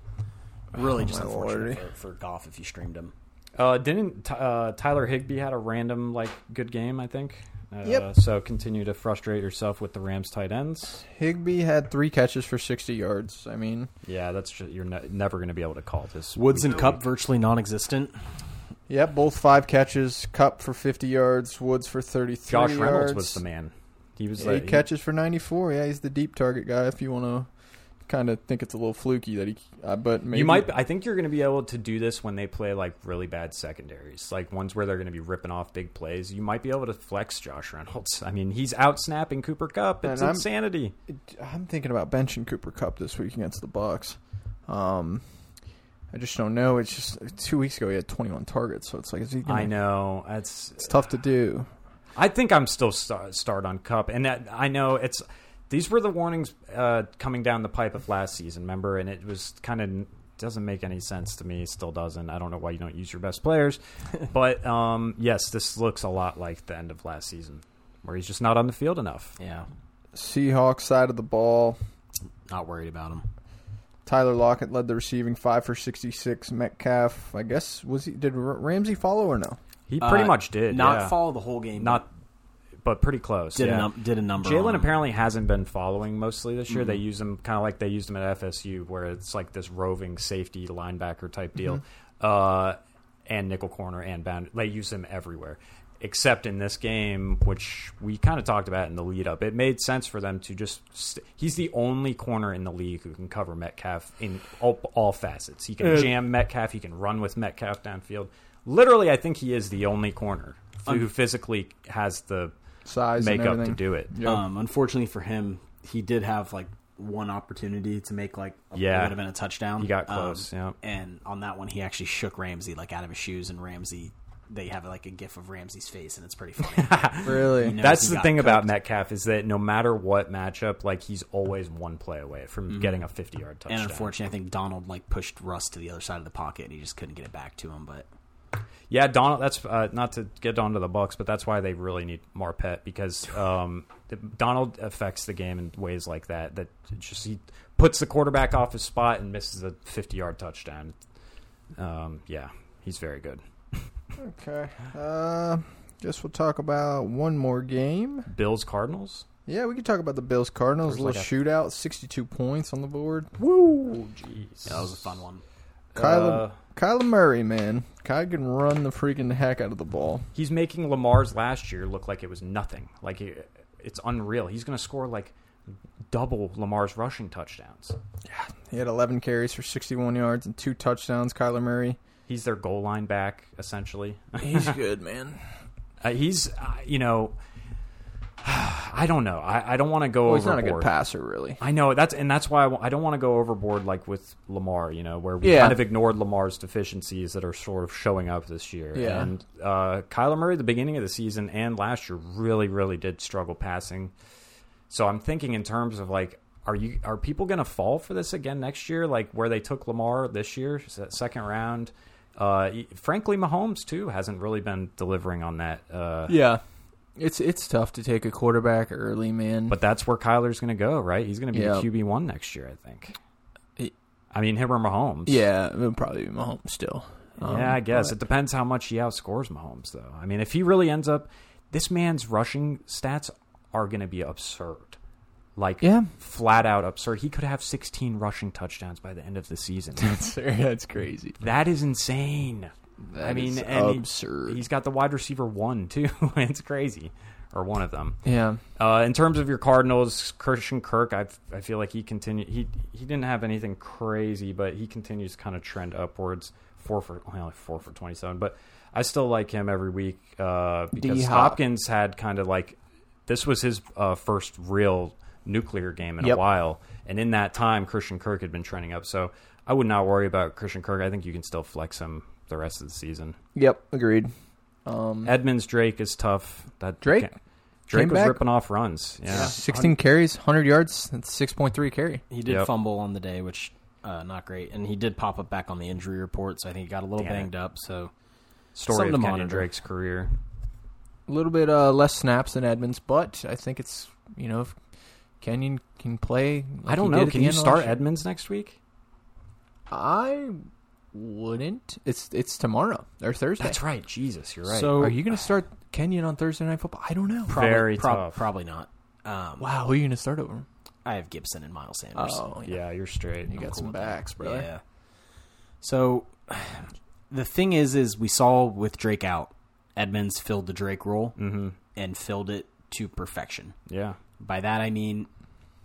[SPEAKER 3] really just
[SPEAKER 2] Oh, my
[SPEAKER 3] unfortunate
[SPEAKER 2] lordy.
[SPEAKER 3] for, for Goff if you streamed him.
[SPEAKER 4] Uh, didn't Ty- uh, Tyler Higby had a random like good game? I think. Uh,
[SPEAKER 2] Yep.
[SPEAKER 4] So continue to frustrate yourself with the Rams tight ends.
[SPEAKER 2] Higby had three catches for 60 yards. I mean,
[SPEAKER 4] Yeah, that's just, you're ne- never going to be able to call this.
[SPEAKER 3] Woods
[SPEAKER 4] week
[SPEAKER 3] and
[SPEAKER 4] to
[SPEAKER 3] Cup
[SPEAKER 4] week.
[SPEAKER 3] virtually non-existent.
[SPEAKER 2] yep, both five catches. Cup for 50 yards. Woods for 33
[SPEAKER 4] Josh
[SPEAKER 2] yards.
[SPEAKER 4] Reynolds was the man. He was
[SPEAKER 2] Eight
[SPEAKER 4] like
[SPEAKER 2] catches for 94. Yeah, he's the deep target guy. If you want to kind of think it's a little fluky that he, uh, but maybe
[SPEAKER 4] You might. I think you're going to be able to do this when they play like really bad secondaries, like ones where they're going to be ripping off big plays. You might be able to flex Josh Reynolds. I mean, he's out snapping Cooper Cup. It's
[SPEAKER 2] And I'm-
[SPEAKER 4] insanity.
[SPEAKER 2] I'm thinking about benching Cooper Cup this week against the Bucks. Um, I just don't know. It's just two weeks ago he had 21 targets, so it's like is he? Gonna,
[SPEAKER 4] I know. That's
[SPEAKER 2] It's tough to do.
[SPEAKER 4] I think I'm still sta- start on Cup, and that I know it's. These were the warnings uh, coming down the pipe of last season, remember? And it was kind of doesn't make any sense to me. It Still doesn't. I don't know why you don't use your best players, but um, yes, this looks a lot like the end of last season, where he's just not on the field enough.
[SPEAKER 3] Yeah.
[SPEAKER 2] Seahawks side of the ball.
[SPEAKER 3] Not worried about him.
[SPEAKER 2] Tyler Lockett led the receiving five for 66. Metcalf, I guess, was he? Did R- Ramsey follow or no?
[SPEAKER 4] He pretty
[SPEAKER 3] Uh,
[SPEAKER 4] much did
[SPEAKER 3] Not
[SPEAKER 4] yeah.
[SPEAKER 3] follow the whole game.
[SPEAKER 4] not, but pretty close.
[SPEAKER 3] did a
[SPEAKER 4] yeah.
[SPEAKER 3] num- did a number. on
[SPEAKER 4] Jalen
[SPEAKER 3] him.
[SPEAKER 2] Um,
[SPEAKER 4] apparently hasn't been following mostly this year.
[SPEAKER 2] Mm-hmm.
[SPEAKER 4] They use him kind of like they used him at FSU, where it's like this roving safety linebacker type deal,
[SPEAKER 2] Mm-hmm.
[SPEAKER 4] uh, and nickel corner and bound. They use him everywhere, except in this game, which we kind of talked about in the lead up. It made sense for them to just. St- he's the only corner in the league who can cover Metcalf in all, all facets. He can jam Metcalf. He can run with Metcalf downfield. Literally, I think he is the only corner who physically has the
[SPEAKER 2] Size and
[SPEAKER 4] makeup to
[SPEAKER 2] everything.
[SPEAKER 4] do it.
[SPEAKER 2] Yeah.
[SPEAKER 3] Um, unfortunately for him, he did have like one opportunity to make like a,
[SPEAKER 4] Yeah.
[SPEAKER 3] it would have been a touchdown. Um,
[SPEAKER 4] He got close, yeah.
[SPEAKER 3] And on that one, he actually shook Ramsey like out of his shoes, and Ramsey they have like a gif of Ramsey's face, and it's pretty funny.
[SPEAKER 2] really?
[SPEAKER 3] He knows
[SPEAKER 4] That's
[SPEAKER 3] he
[SPEAKER 4] the
[SPEAKER 3] got
[SPEAKER 4] thing about
[SPEAKER 3] cooked.
[SPEAKER 4] Metcalf is that no matter what matchup, like he's always one play away from getting a 50 yard touchdown.
[SPEAKER 3] Mm-hmm. And unfortunately, I think Donald like pushed Russ to the other side of the pocket, and he just couldn't get it back to him. But
[SPEAKER 4] yeah, Donald. That's uh, not to get onto the Bucks, but that's why they really need Marpet because um, the- Donald affects the game in ways like that. That it just he puts the quarterback off his spot and misses a 50 yard touchdown. Um, yeah, he's very good.
[SPEAKER 2] Okay. Uh, guess we'll talk about one more game.
[SPEAKER 4] Bills Cardinals.
[SPEAKER 2] Yeah, we can talk about the Bills Cardinals.
[SPEAKER 4] There's
[SPEAKER 2] A little
[SPEAKER 4] like a-
[SPEAKER 2] shootout, 62 points on the board.
[SPEAKER 4] Woo, jeez,
[SPEAKER 3] yeah, that was a fun one.
[SPEAKER 2] Kyler,
[SPEAKER 4] Uh,
[SPEAKER 2] Kyler Murray, man. Kyler can run the freaking heck out of the ball.
[SPEAKER 4] he's making Lamar's last year look like it was nothing. Like it, it's unreal. He's going to score like double Lamar's rushing touchdowns.
[SPEAKER 2] He had 11 carries for 61 yards and two touchdowns, Kyler Murray.
[SPEAKER 4] He's their goal line back essentially.
[SPEAKER 2] He's good, man.
[SPEAKER 4] Uh, he's uh, you know I don't know. I, I don't want to go
[SPEAKER 2] Well, he's
[SPEAKER 4] overboard.
[SPEAKER 2] not a good passer, really.
[SPEAKER 4] I know that's and that's why I w- I don't want to go overboard like with Lamar, you know, where we
[SPEAKER 2] Yeah.
[SPEAKER 4] kind of ignored Lamar's deficiencies that are sort of showing up this year.
[SPEAKER 2] Yeah.
[SPEAKER 4] And uh, Kyler Murray, the beginning of the season and last year, really, really did struggle passing. So I'm thinking in terms of like, are you are people going to fall for this again next year? Like where they took Lamar this year, s- second round. Uh, e- frankly, Mahomes too hasn't really been delivering on that. Uh,
[SPEAKER 2] Yeah. It's it's tough to take a quarterback early, man.
[SPEAKER 4] But that's where Kyler's going to go, right? He's going to be
[SPEAKER 2] Yeah.
[SPEAKER 4] the QB one next year, I think.
[SPEAKER 2] He-
[SPEAKER 4] I mean, him or Mahomes.
[SPEAKER 2] yeah, it would probably be Mahomes still. Um,
[SPEAKER 4] yeah, I guess
[SPEAKER 2] but-
[SPEAKER 4] it depends how much he outscores Mahomes, though. I mean, if he really ends up, this man's rushing stats are going to be absurd, like
[SPEAKER 2] Yeah.
[SPEAKER 4] flat out absurd. He could have 16 rushing touchdowns by the end of the season.
[SPEAKER 2] That's, that's crazy.
[SPEAKER 4] that is insane.
[SPEAKER 2] That
[SPEAKER 4] I mean,
[SPEAKER 2] is
[SPEAKER 4] and he-
[SPEAKER 2] absurd.
[SPEAKER 4] he's got the wide receiver one too. it's crazy, or one of them.
[SPEAKER 2] yeah.
[SPEAKER 4] Uh, in terms of your Cardinals, Christian Kirk, I I feel like he continue he he didn't have anything crazy, but he continues to kind of trend upwards. Four for well, only four for twenty seven, but I still like him every week uh, because
[SPEAKER 2] D-Hop.
[SPEAKER 4] Hopkins had kind of like this was his uh, first real nuclear game in
[SPEAKER 2] Yep.
[SPEAKER 4] a while, and in that time, Christian Kirk had been trending up. So I would not worry about Christian Kirk. I think you can still flex him the rest of the season.
[SPEAKER 2] Yep. Agreed. Um,
[SPEAKER 4] Edmonds Drake is tough. That
[SPEAKER 2] Drake? Came
[SPEAKER 4] Drake was
[SPEAKER 2] back?
[SPEAKER 4] ripping off runs. Yeah.
[SPEAKER 2] 16 carries, 100 yards. That's 6.3 carry.
[SPEAKER 3] He did
[SPEAKER 4] Yep.
[SPEAKER 3] fumble on the day, which uh, not great, and he did pop up back on the injury report, so I think he got a
[SPEAKER 4] Damn
[SPEAKER 3] little
[SPEAKER 4] it.
[SPEAKER 3] banged up. So
[SPEAKER 4] story
[SPEAKER 3] Something
[SPEAKER 4] of
[SPEAKER 3] to
[SPEAKER 4] Kenyon
[SPEAKER 3] monitor.
[SPEAKER 4] Drake's career.
[SPEAKER 2] A little bit uh, less snaps than Edmonds, but I think it's, you know, if Kenyon can play. like
[SPEAKER 4] I don't
[SPEAKER 2] he
[SPEAKER 4] know.
[SPEAKER 2] did at
[SPEAKER 4] Can
[SPEAKER 2] the
[SPEAKER 4] you
[SPEAKER 2] end of
[SPEAKER 4] start
[SPEAKER 2] last year-
[SPEAKER 4] Edmonds next week?
[SPEAKER 2] I wouldn't. It's it's tomorrow or Thursday.
[SPEAKER 4] That's right. Jesus, you're right.
[SPEAKER 3] So
[SPEAKER 2] Are you going to start Kenyon on Thursday Night Football? I don't know.
[SPEAKER 3] probably,
[SPEAKER 4] Very
[SPEAKER 3] prob-
[SPEAKER 4] tough.
[SPEAKER 3] probably not. Um,
[SPEAKER 2] Wow, who are you going to start over? him?
[SPEAKER 3] I have Gibson and Miles Sanders.
[SPEAKER 2] Oh, yeah.
[SPEAKER 4] yeah, you're straight.
[SPEAKER 2] You got
[SPEAKER 3] cool
[SPEAKER 2] some
[SPEAKER 3] with that.
[SPEAKER 2] backs, brother.
[SPEAKER 3] Yeah. So the thing is, is we saw with Drake out, Edmonds filled the Drake role
[SPEAKER 4] Mm-hmm.
[SPEAKER 3] and filled it to perfection.
[SPEAKER 4] Yeah.
[SPEAKER 3] By that I mean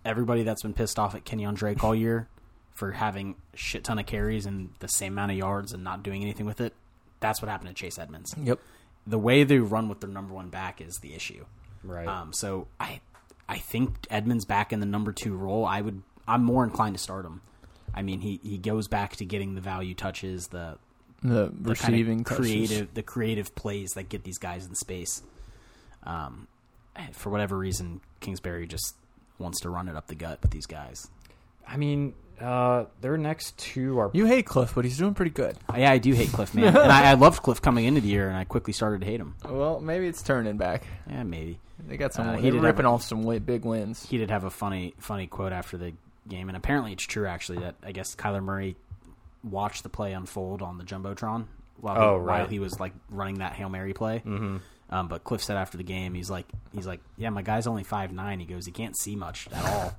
[SPEAKER 3] everybody that's been pissed off at Kenyon Drake all year for having shit ton of carries and the same amount of yards and not doing anything with it. That's what happened to Chase Edmonds.
[SPEAKER 2] Yep.
[SPEAKER 3] The way they run with their number one back is the issue.
[SPEAKER 4] Right.
[SPEAKER 3] Um, so I, I think Edmonds back in the number two role. I would. I'm more inclined to start him. I mean, he he goes back to getting the value touches, the,
[SPEAKER 2] The
[SPEAKER 3] the kind of
[SPEAKER 2] receiving touches.
[SPEAKER 3] creative, the creative plays that get these guys in space. Um, for whatever reason, Kingsbury just wants to run it up the gut with these guys.
[SPEAKER 4] I mean, uh, their next two are.
[SPEAKER 2] You hate Cliff, but he's doing pretty good.
[SPEAKER 3] Yeah, I do hate Cliff, man, and I, I loved Cliff coming into the year, and I quickly started to hate him.
[SPEAKER 2] Well, maybe it's turning back.
[SPEAKER 3] Yeah, maybe.
[SPEAKER 2] They got some.
[SPEAKER 3] Uh, he
[SPEAKER 2] they're
[SPEAKER 3] did have
[SPEAKER 2] ripping
[SPEAKER 3] a-
[SPEAKER 2] off some wi- big wins.
[SPEAKER 3] he did have a funny funny quote after the game, and apparently it's true actually that I guess Kyler Murray watched the play unfold on the jumbotron while he,
[SPEAKER 4] Oh, right.
[SPEAKER 3] while he was like running that hail mary play. Mm-hmm. Um, but Cliff said after the game, he's like he's like yeah, my guy's only five nine. He goes he can't see much at all.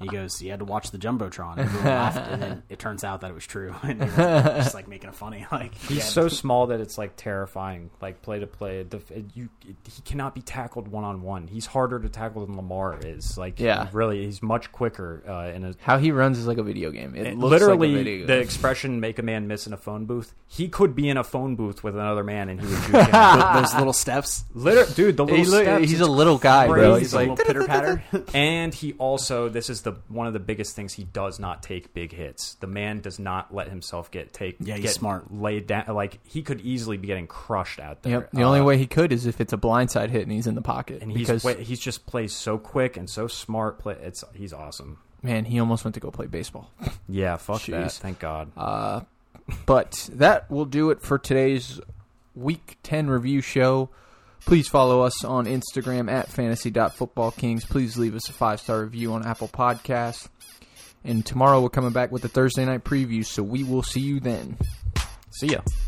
[SPEAKER 3] he goes he had to watch the jumbotron. Everyone laughed, and then it turns out that it was true, and he was just like making a funny like
[SPEAKER 4] He's
[SPEAKER 3] yeah,
[SPEAKER 4] so small that it's like terrifying. Like play to play, def- you he cannot be tackled one on one. He's harder to tackle than Lamar is. Like,
[SPEAKER 2] Yeah.
[SPEAKER 4] really, he's much quicker. Uh, in a
[SPEAKER 2] How he runs is like a video game. It,
[SPEAKER 4] it-
[SPEAKER 2] looks
[SPEAKER 4] literally
[SPEAKER 2] like a video
[SPEAKER 4] the
[SPEAKER 2] game.
[SPEAKER 4] expression "make a man miss in a phone booth." He could be in a phone booth with another man, and he would juke him.
[SPEAKER 3] those little steps.
[SPEAKER 4] Liter- dude, the little
[SPEAKER 2] He look-
[SPEAKER 4] steps,
[SPEAKER 2] he's
[SPEAKER 4] it's
[SPEAKER 2] a little guy, bro.
[SPEAKER 4] crazy.
[SPEAKER 2] He's
[SPEAKER 4] The
[SPEAKER 2] like
[SPEAKER 4] little
[SPEAKER 3] pitter patter.
[SPEAKER 4] and he also this is the one of the biggest things he does not take big hits the man does not let himself get take
[SPEAKER 3] Yeah, he's
[SPEAKER 4] get
[SPEAKER 3] smart.
[SPEAKER 4] laid down like he could easily be getting crushed out there
[SPEAKER 2] Yep. The
[SPEAKER 4] Uh,
[SPEAKER 2] only way he could is if it's a blindside hit and he's in the pocket.
[SPEAKER 4] and he's
[SPEAKER 2] because
[SPEAKER 4] wa- he's just plays so quick and so smart play it's he's awesome
[SPEAKER 2] man, he almost went to go play baseball.
[SPEAKER 4] yeah fuck that
[SPEAKER 2] Jeez.
[SPEAKER 4] thank god
[SPEAKER 2] Uh, but that will do it for today's Week 10 review show. Please follow us on Instagram at fantasy.footballkings. Please leave us a five star review on Apple Podcasts. And tomorrow we're coming back with a Thursday night preview, so we will see you then.
[SPEAKER 4] see ya